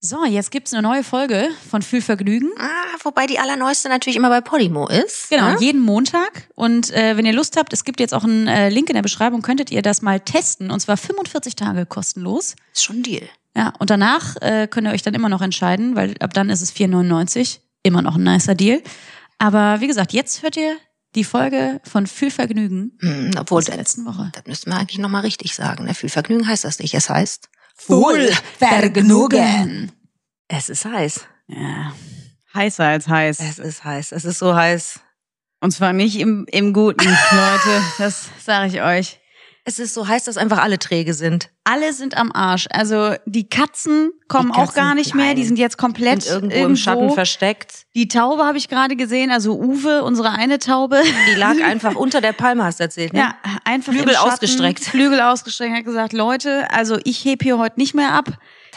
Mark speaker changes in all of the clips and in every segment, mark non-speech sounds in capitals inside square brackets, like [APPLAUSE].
Speaker 1: So, jetzt gibt's eine neue Folge von Fühlvergnügen.
Speaker 2: Ah, wobei die allerneueste natürlich immer bei Podimo ist.
Speaker 1: Genau,
Speaker 2: ne?
Speaker 1: jeden Montag. Und äh, wenn ihr Lust habt, es gibt jetzt auch einen äh, Link in der Beschreibung, könntet ihr das mal testen. Und zwar 45 Tage kostenlos.
Speaker 2: Ist schon ein Deal.
Speaker 1: Ja, und danach äh, könnt ihr euch dann immer noch entscheiden, weil ab dann ist es 4,99. Immer noch ein nicer Deal. Aber wie gesagt, jetzt hört ihr die Folge von Fühlvergnügen
Speaker 2: Hm, obwohl,
Speaker 1: aus der
Speaker 2: das,
Speaker 1: letzten Woche.
Speaker 2: das müssten wir eigentlich nochmal richtig sagen. Ne? Viel Vergnügen heißt das nicht. Es heißt Es ist heiß.
Speaker 1: Ja.
Speaker 3: Heißer als heiß.
Speaker 2: Es ist heiß. Es ist so heiß.
Speaker 3: Und zwar nicht im, im Guten, [LAUGHS] Leute. Das sage ich euch.
Speaker 2: Es ist so heiß, dass einfach alle träge sind.
Speaker 1: Alle sind am Arsch. Also die Katzen kommen auch
Speaker 2: Katzen,
Speaker 3: Gar nicht mehr, die
Speaker 2: nein.
Speaker 3: sind jetzt komplett
Speaker 2: Und irgendwo, im Schatten versteckt.
Speaker 3: Die Taube habe ich gerade gesehen, also Uwe, unsere eine Taube.
Speaker 2: Die [LAUGHS] lag einfach unter der Palme, hast du erzählt. Ne?
Speaker 3: Ja, einfach
Speaker 2: Mhm. Flügel
Speaker 3: im Schatten,
Speaker 2: ausgestreckt.
Speaker 3: Flügel ausgestreckt, hat gesagt, Leute, also ich heb hier heute nicht mehr ab.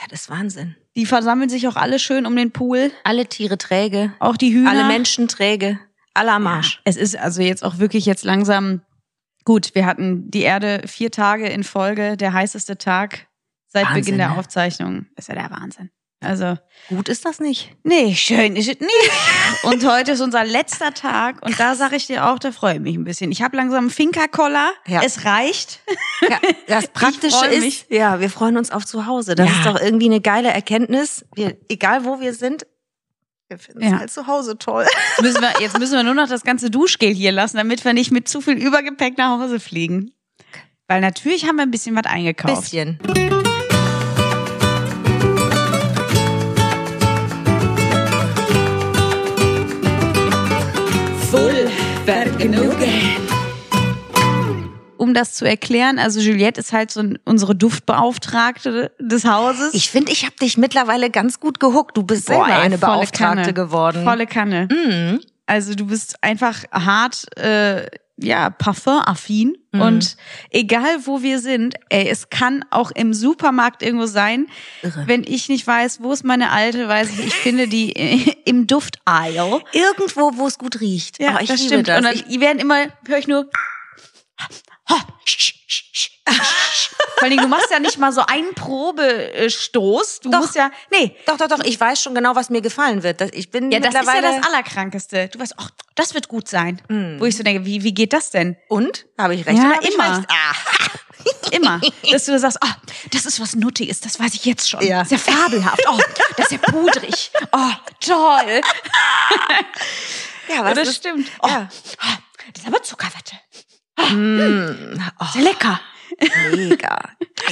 Speaker 2: Das ist Wahnsinn.
Speaker 3: Die versammeln sich auch alle schön um den Pool,
Speaker 2: Alle Tiere träge.
Speaker 3: auch die Hühner.
Speaker 2: Alle Menschen träge. Alle am Arsch.
Speaker 3: Es ist also jetzt auch wirklich jetzt langsam gut. Wir hatten die Erde vier Tage in Folge, der heißeste Tag seit
Speaker 2: Wahnsinn,
Speaker 3: Beginn der
Speaker 2: ne?
Speaker 3: Aufzeichnung. Ist ja der Wahnsinn. Also,
Speaker 2: Gut ist das nicht.
Speaker 3: nee, schön ist es nicht. Und heute ist unser letzter Tag und da sage ich dir auch, da freue ich mich ein bisschen. Ich habe langsam einen Finkerkoller.
Speaker 2: Ja.
Speaker 3: Es reicht.
Speaker 2: Ja, das Praktische
Speaker 3: freu
Speaker 2: ist,
Speaker 3: mich.
Speaker 2: ja, wir freuen uns auf zu Hause. Das
Speaker 3: Ja.
Speaker 2: ist doch irgendwie eine geile Erkenntnis. Wir, egal wo wir sind, wir finden es
Speaker 3: Ja.
Speaker 2: halt zu Hause toll.
Speaker 3: Jetzt müssen, wir, jetzt müssen wir nur noch das ganze Duschgel hier lassen, damit wir nicht mit zu viel Übergepäck nach Hause fliegen. Weil natürlich haben wir ein bisschen was eingekauft.
Speaker 2: Bisschen.
Speaker 3: um das zu erklären, also Juliette ist halt so ein, unsere Duftbeauftragte des Hauses.
Speaker 2: Ich finde, ich habe dich mittlerweile ganz gut gehuckt. Du bist selber
Speaker 3: ey,
Speaker 2: eine
Speaker 3: volle
Speaker 2: Beauftragte
Speaker 3: Kanne.
Speaker 2: geworden.
Speaker 3: volle Kanne.
Speaker 2: Mhm.
Speaker 3: Also du bist einfach hart, äh, ja, parfumaffin.
Speaker 2: Mhm.
Speaker 3: Und egal wo wir sind, ey, es kann auch im Supermarkt irgendwo sein,
Speaker 2: Irre.
Speaker 3: wenn ich nicht weiß, wo ist meine alte, weiß ich, ich finde die äh, im Duft-Aisle.
Speaker 2: Irgendwo, wo es gut riecht.
Speaker 3: Ja,
Speaker 2: Ah, ich
Speaker 3: das
Speaker 2: liebe
Speaker 3: stimmt.
Speaker 2: das.
Speaker 3: Und dann
Speaker 2: ich,
Speaker 3: die werden immer, höre ich nur. Vor allem, du machst ja nicht mal so einen Probestoß. Du
Speaker 2: Doch.
Speaker 3: musst ja. Nee,
Speaker 2: doch, doch, doch. Ich weiß schon genau, was mir gefallen wird. Das- Ich bin
Speaker 3: ja, das ist ja
Speaker 2: mittlerweile. Mm.
Speaker 3: das Allerkrankeste. Du weißt, ach, das wird gut sein. Wo ich so denke, wie, wie geht das denn?
Speaker 2: Und? Habe ich recht?
Speaker 3: Ja,
Speaker 2: oder hab ich
Speaker 3: immer.
Speaker 2: Recht? Ah.
Speaker 3: Immer.
Speaker 2: [LAUGHS]
Speaker 3: Dass du sagst, ah, das ist was Nuttiges, das weiß ich jetzt schon.
Speaker 2: Ja.
Speaker 3: Sehr fabelhaft. Oh, das ist ja pudrig. Oh, toll.
Speaker 2: Ja,
Speaker 3: Ja,
Speaker 2: was
Speaker 3: das
Speaker 2: ist-
Speaker 3: stimmt. Oh,
Speaker 2: Ja.
Speaker 3: ah, Das ist aber Zuckerwatte. Ah.
Speaker 2: Mm. Oh,
Speaker 3: Sehr lecker.
Speaker 2: [LAUGHS] mega.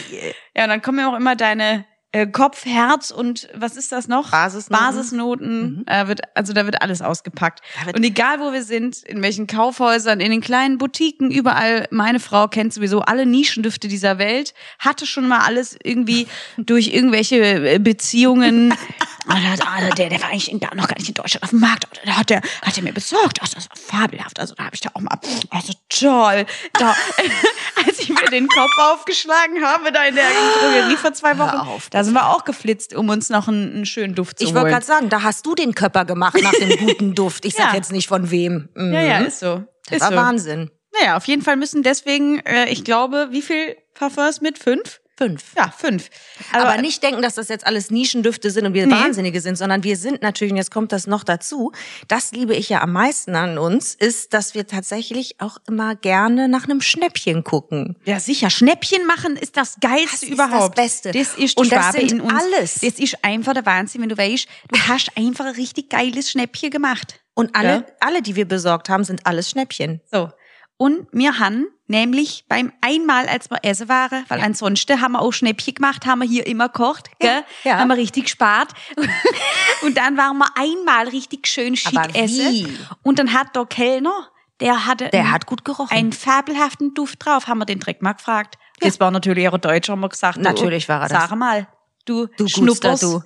Speaker 2: Geil.
Speaker 3: Ja, und dann kommen ja auch immer deine äh, Kopf, Herz und was ist das noch?
Speaker 2: Basisnoten.
Speaker 3: Basisnoten.
Speaker 2: Mhm.
Speaker 3: Äh, wird, also da wird alles ausgepackt.
Speaker 2: Da wird-
Speaker 3: Und egal wo wir sind, in welchen Kaufhäusern, in den kleinen Boutiquen, überall, meine Frau kennt sowieso alle Nischendüfte dieser Welt, hatte schon mal alles
Speaker 2: [LAUGHS]
Speaker 3: irgendwie durch irgendwelche äh, Beziehungen. Ah, da- ah, der, der war eigentlich in- noch gar nicht in Deutschland auf dem Markt. Oder Da hat er hat der mir besorgt. Also, das war fabelhaft. Also da habe ich da auch mal. Also toll. Da, [LAUGHS] als ich mir den Kopf aufgeschlagen habe, da in der Drogerie vor zwei Wochen, da sind wir auch geflitzt, um uns noch einen, einen schönen Duft zu
Speaker 2: Ich wollte
Speaker 3: holen.
Speaker 2: gerade sagen, da hast du den Körper gemacht nach dem guten Duft. Ich sag
Speaker 3: Ja.
Speaker 2: jetzt nicht von wem. Mhm.
Speaker 3: ja, ja, ist so.
Speaker 2: Das
Speaker 3: ist
Speaker 2: war
Speaker 3: so.
Speaker 2: Wahnsinn.
Speaker 3: Naja, auf jeden Fall müssen deswegen, äh, ich glaube, wie viel Parfums mit? Fünf?
Speaker 2: Fünf.
Speaker 3: Ja, fünf. Also,
Speaker 2: Aber, nicht denken, dass das jetzt alles Nischendüfte sind und wir
Speaker 3: Nee.
Speaker 2: Wahnsinnige sind, sondern wir sind natürlich, und jetzt kommt das noch dazu, das liebe ich ja am meisten an uns, ist, dass wir tatsächlich auch immer gerne nach einem Schnäppchen gucken.
Speaker 3: Ja, sicher. Schnäppchen machen ist das Geilste
Speaker 2: ist
Speaker 3: überhaupt.
Speaker 2: das Beste.
Speaker 3: Das ist die
Speaker 2: Und das
Speaker 3: Schwabe
Speaker 2: sind
Speaker 3: in uns.
Speaker 2: alles.
Speaker 3: Das ist einfach der Wahnsinn, wenn du weißt, du hast einfach ein richtig geiles Schnäppchen gemacht.
Speaker 2: Und alle,
Speaker 3: Ja.
Speaker 2: alle, die wir besorgt haben, sind alles Schnäppchen.
Speaker 3: So. Und wir haben nämlich beim einmal, als wir essen waren, weil ansonsten haben wir auch Schnäppchen gemacht, haben wir hier immer gekocht, gell?
Speaker 2: Ja.
Speaker 3: haben wir richtig gespart. [LAUGHS] und dann waren wir einmal richtig schön schick
Speaker 2: Aber wie?
Speaker 3: essen. Und dann hat der Kellner, der hatte
Speaker 2: Der
Speaker 3: einen-
Speaker 2: hat gut gerochen.
Speaker 3: einen fabelhaften Duft drauf, haben wir den direkt mal gefragt. Das war natürlich auch Deutsch, haben wir gesagt. du,
Speaker 2: Natürlich war er das.
Speaker 3: Sag mal, du,
Speaker 2: du Guster,
Speaker 3: Schnuppers.
Speaker 2: du.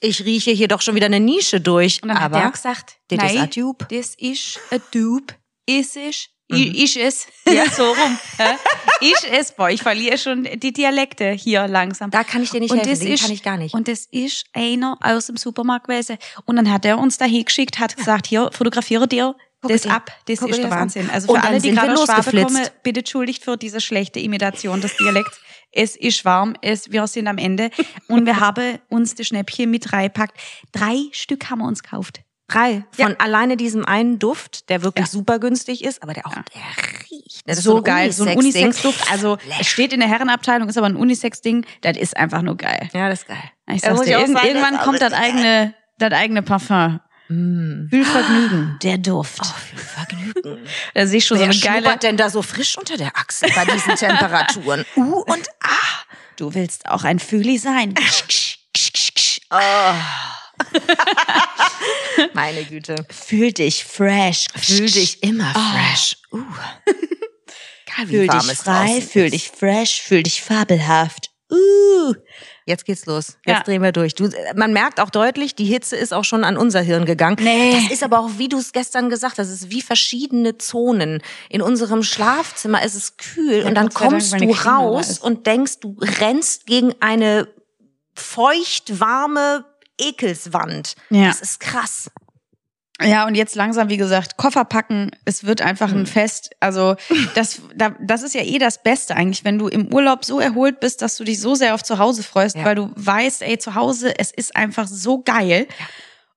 Speaker 2: Ich rieche hier doch schon wieder eine Nische durch.
Speaker 3: Und dann
Speaker 2: Aber
Speaker 3: hat er gesagt,
Speaker 2: das
Speaker 3: nein,
Speaker 2: ist ein Dupe. Mhm.
Speaker 3: das ist ein Dupe. Ist es, i- ist es, [LAUGHS] so rum. hä? ist es, boah, ich verliere schon die Dialekte hier langsam.
Speaker 2: Da kann ich dir nicht helfen,
Speaker 3: das
Speaker 2: den kann ich gar nicht.
Speaker 3: Und das ist einer aus dem Supermarkt gewesen. Und dann hat er uns da hingeschickt, hat gesagt, hier, fotografiere dir
Speaker 2: Guck
Speaker 3: das
Speaker 2: dir-
Speaker 3: ab. Das
Speaker 2: guck
Speaker 3: ist
Speaker 2: dir
Speaker 3: der
Speaker 2: das an.
Speaker 3: Wahnsinn. Also für
Speaker 2: Und dann
Speaker 3: alle, die
Speaker 2: sind wir
Speaker 3: gerade aus Schwabe
Speaker 2: losgeflitzt.
Speaker 3: kommen, bitte entschuldigt für diese schlechte Imitation des Dialekts. es ist warm, es, wir sind am Ende. Und wir haben uns die Schnäppchen mit reingepackt. Drei Stück haben wir uns gekauft.
Speaker 2: Drei.
Speaker 3: Ja.
Speaker 2: Von alleine diesem einen Duft, der wirklich
Speaker 3: Ja.
Speaker 2: super günstig ist, aber der auch, der riecht. Das ist
Speaker 3: so
Speaker 2: ein
Speaker 3: geil, so ein
Speaker 2: Unisex-Ding.
Speaker 3: Unisex-Duft. Also es steht in der Herrenabteilung, ist aber ein Unisex-Ding. Das ist einfach nur geil.
Speaker 2: Ja, das ist geil.
Speaker 3: Ich
Speaker 2: Da
Speaker 3: sag's
Speaker 2: muss
Speaker 3: dir,
Speaker 2: ich auch
Speaker 3: irgend-
Speaker 2: sagen,
Speaker 3: irgendwann
Speaker 2: das ist
Speaker 3: kommt
Speaker 2: alles
Speaker 3: das eigene, das eigene Parfum.
Speaker 2: Mm.
Speaker 3: Fühlvergnügen, der Duft.
Speaker 2: [LAUGHS] Vergnügen.
Speaker 3: da sehe ich schon so
Speaker 2: Wer
Speaker 3: eine geile.
Speaker 2: schnuppert denn da so frisch unter der Achsel bei [LAUGHS] diesen Temperaturen? U und A.
Speaker 3: Du willst auch ein Füli
Speaker 2: [LAUGHS]
Speaker 3: sein.
Speaker 2: Ah. Meine Güte.
Speaker 3: Fühl dich fresh,
Speaker 2: Fühl dich immer fresh. [LAUGHS] Uh. Geil, wie
Speaker 3: Fühl
Speaker 2: warm
Speaker 3: dich
Speaker 2: es
Speaker 3: frei,
Speaker 2: draußen
Speaker 3: fühl
Speaker 2: ist.
Speaker 3: dich fresh, fühl dich fabelhaft. Uh.
Speaker 2: Jetzt geht's los. Jetzt
Speaker 3: Ja.
Speaker 2: drehen wir durch. Du, man merkt auch deutlich, die Hitze ist auch schon an unser Hirn gegangen.
Speaker 3: Nee.
Speaker 2: Das ist aber auch, wie du es gestern gesagt hast, es ist wie verschiedene Zonen. In unserem Schlafzimmer ist es kühl und dann
Speaker 3: Gott sei Dank,
Speaker 2: kommst
Speaker 3: weil
Speaker 2: du
Speaker 3: eine Klima da
Speaker 2: raus
Speaker 3: ist.
Speaker 2: und denkst, du rennst gegen eine feucht warme Ekelswand.
Speaker 3: Ja.
Speaker 2: Das ist krass.
Speaker 3: Ja, und jetzt langsam, wie gesagt, Koffer packen, es wird einfach
Speaker 2: Mm.
Speaker 3: ein Fest. Also das, da, das ist ja eh das Beste eigentlich, wenn du im Urlaub so erholt bist, dass du dich so sehr auf zu Hause freust,
Speaker 2: Ja.
Speaker 3: weil du weißt, ey, zu Hause, es ist einfach so geil.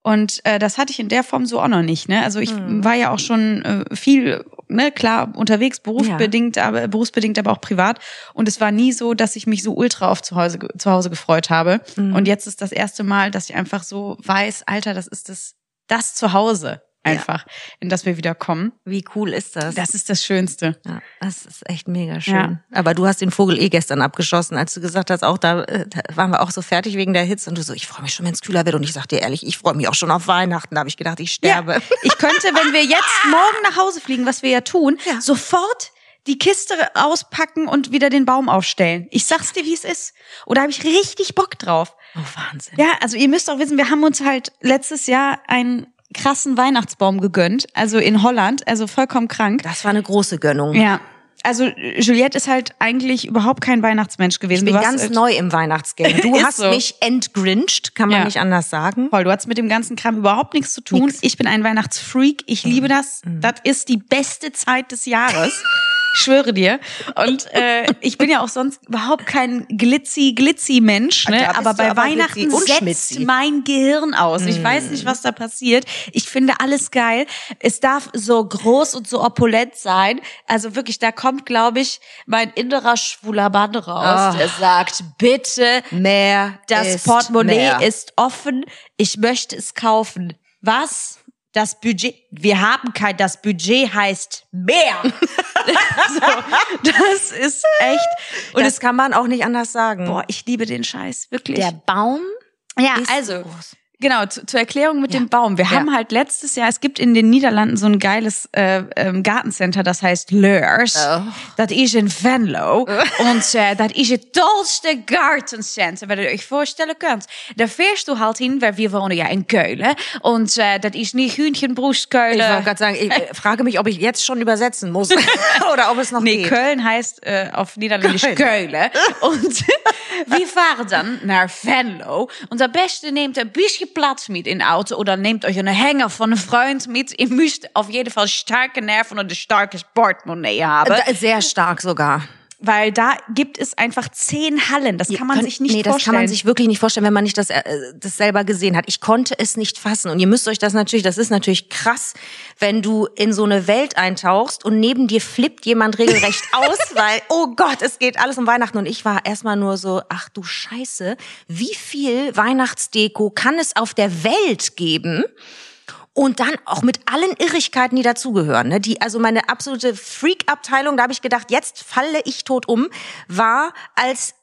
Speaker 3: Und äh, das hatte ich in der Form so auch noch nicht. Ne? Also ich war ja auch schon äh, viel, ne, klar, unterwegs, berufsbedingt, aber berufsbedingt, aber auch privat. Und es war nie so, dass ich mich so ultra auf zu Hause, zu Hause gefreut habe. Und jetzt ist das erste Mal, dass ich einfach so weiß, Alter, das ist das das Zuhause einfach, in das wir wieder kommen.
Speaker 2: Wie cool ist das?
Speaker 3: Das ist das Schönste.
Speaker 2: Ja, das ist echt mega schön.
Speaker 3: Ja.
Speaker 2: Aber du hast den Vogel eh gestern abgeschossen, als du gesagt hast, auch da, äh, da waren wir auch so fertig wegen der Hitze und du so, ich freue mich schon, wenn es kühler wird. Und ich sag dir ehrlich, ich freue mich auch schon auf Weihnachten. Da habe ich gedacht, ich sterbe.
Speaker 3: Ich könnte, wenn wir
Speaker 2: [LAUGHS]
Speaker 3: jetzt morgen nach Hause fliegen, was wir ja tun,
Speaker 2: Ja.
Speaker 3: sofort die Kiste auspacken und wieder den Baum aufstellen. Ich sag's dir, wie es ist. Oder habe ich richtig Bock drauf.
Speaker 2: Oh, Wahnsinn.
Speaker 3: Ja, also ihr müsst auch wissen, wir haben uns halt letztes Jahr einen krassen Weihnachtsbaum gegönnt, also in Holland, also vollkommen krank.
Speaker 2: Das war eine große Gönnung.
Speaker 3: Ja. Also äh, Juliette ist halt eigentlich überhaupt kein Weihnachtsmensch gewesen.
Speaker 2: Ich bin
Speaker 3: Du warst,
Speaker 2: ganz
Speaker 3: äh,
Speaker 2: neu im Weihnachtsgame.
Speaker 3: [LAUGHS]
Speaker 2: Du
Speaker 3: Ist
Speaker 2: hast
Speaker 3: so.
Speaker 2: mich entgrinscht, kann man
Speaker 3: Ja.
Speaker 2: nicht anders sagen.
Speaker 3: Voll, du hast mit dem ganzen Kram überhaupt nichts zu tun.
Speaker 2: Mhm. Nix. Mhm.
Speaker 3: Ich bin ein Weihnachtsfreak. Ich liebe das. Das ist die beste Zeit des Jahres. Ich Schwöre dir. Und äh, ich bin ja auch sonst überhaupt kein glitzy, glitzy Mensch,
Speaker 2: Da
Speaker 3: ne?
Speaker 2: bist
Speaker 3: Aber
Speaker 2: Also, du
Speaker 3: bei
Speaker 2: aber
Speaker 3: Weihnachten
Speaker 2: glitzy und Mhm.
Speaker 3: setzt
Speaker 2: schmitzi.
Speaker 3: mein Gehirn aus. Ich weiß nicht, was da passiert. Ich finde alles geil. Es darf so groß und so opulent sein. Also wirklich, da kommt, glaube ich, mein innerer schwuler Mann raus,
Speaker 2: Ah.
Speaker 3: der sagt, bitte
Speaker 2: Mehr.
Speaker 3: das
Speaker 2: ist
Speaker 3: Portemonnaie
Speaker 2: mehr.
Speaker 3: ist offen. Ich möchte es kaufen. Was? Das Budget. Wir haben kein. Das Budget heißt
Speaker 2: [LAUGHS]
Speaker 3: mehr. so, das ist echt. Und
Speaker 2: Und
Speaker 3: es,
Speaker 2: das kann man auch nicht anders sagen.
Speaker 3: boah, ich liebe den Scheiß wirklich.
Speaker 2: der Baum
Speaker 3: ja,
Speaker 2: ist
Speaker 3: also
Speaker 2: groß.
Speaker 3: genau zu, zur Erklärung mit
Speaker 2: Ja.
Speaker 3: dem Baum. Wir
Speaker 2: Ja.
Speaker 3: haben halt letztes Jahr. Es gibt in den Niederlanden so ein geiles äh, ähm, Gartencenter, das heißt Leurs.
Speaker 2: Oh.
Speaker 3: Dat is in
Speaker 2: [LAUGHS]
Speaker 3: Venlo. Und äh, dat is het tolste gartencenter, wat je euch voorstellen kunt. Daar fährst du halt hin, weil wir wohnen ja in Keulen. Und äh, dat is niet
Speaker 2: Ich wollte
Speaker 3: Hühnchenbrustkeulen.
Speaker 2: gerade sagen, ich äh, frage mich, ob ich jetzt schon übersetzen muss [LAUGHS] oder ob es noch
Speaker 3: Nee,
Speaker 2: geht.
Speaker 3: Köln heißt äh, auf Niederländisch
Speaker 2: Keulen. [LAUGHS]
Speaker 3: Keulen. Und [LAUGHS] wir fahren dann naar Venlo. Und am besten nehmt ein bisschen Platz mit in de Auto oder nehmt euch einen Hänger von einem Freund mit. Ihr müsst auf jeden Fall starke Nerven und ein starkes Portemonnaie haben.
Speaker 2: Äh, Da- Sehr stark sogar.
Speaker 3: Weil da gibt es einfach zehn Hallen. Das kann man
Speaker 2: Könnt-
Speaker 3: sich nicht
Speaker 2: nee,
Speaker 3: vorstellen.
Speaker 2: das kann man sich wirklich nicht vorstellen, wenn man nicht das, äh, das selber gesehen hat. Ich konnte es nicht fassen. Und ihr müsst euch das natürlich, das ist natürlich krass, wenn du in so eine Welt eintauchst und neben dir flippt
Speaker 3: [LAUGHS]
Speaker 2: jemand regelrecht aus, weil, oh Gott, es geht alles um Weihnachten. Und ich war erstmal nur so, ach du Scheiße, wie viel Weihnachtsdeko kann es auf der Welt geben? Und dann auch mit allen Irrigkeiten, die dazugehören. Ne? Die, also meine absolute Freak-Abteilung, da habe ich gedacht, jetzt falle ich tot um, war als,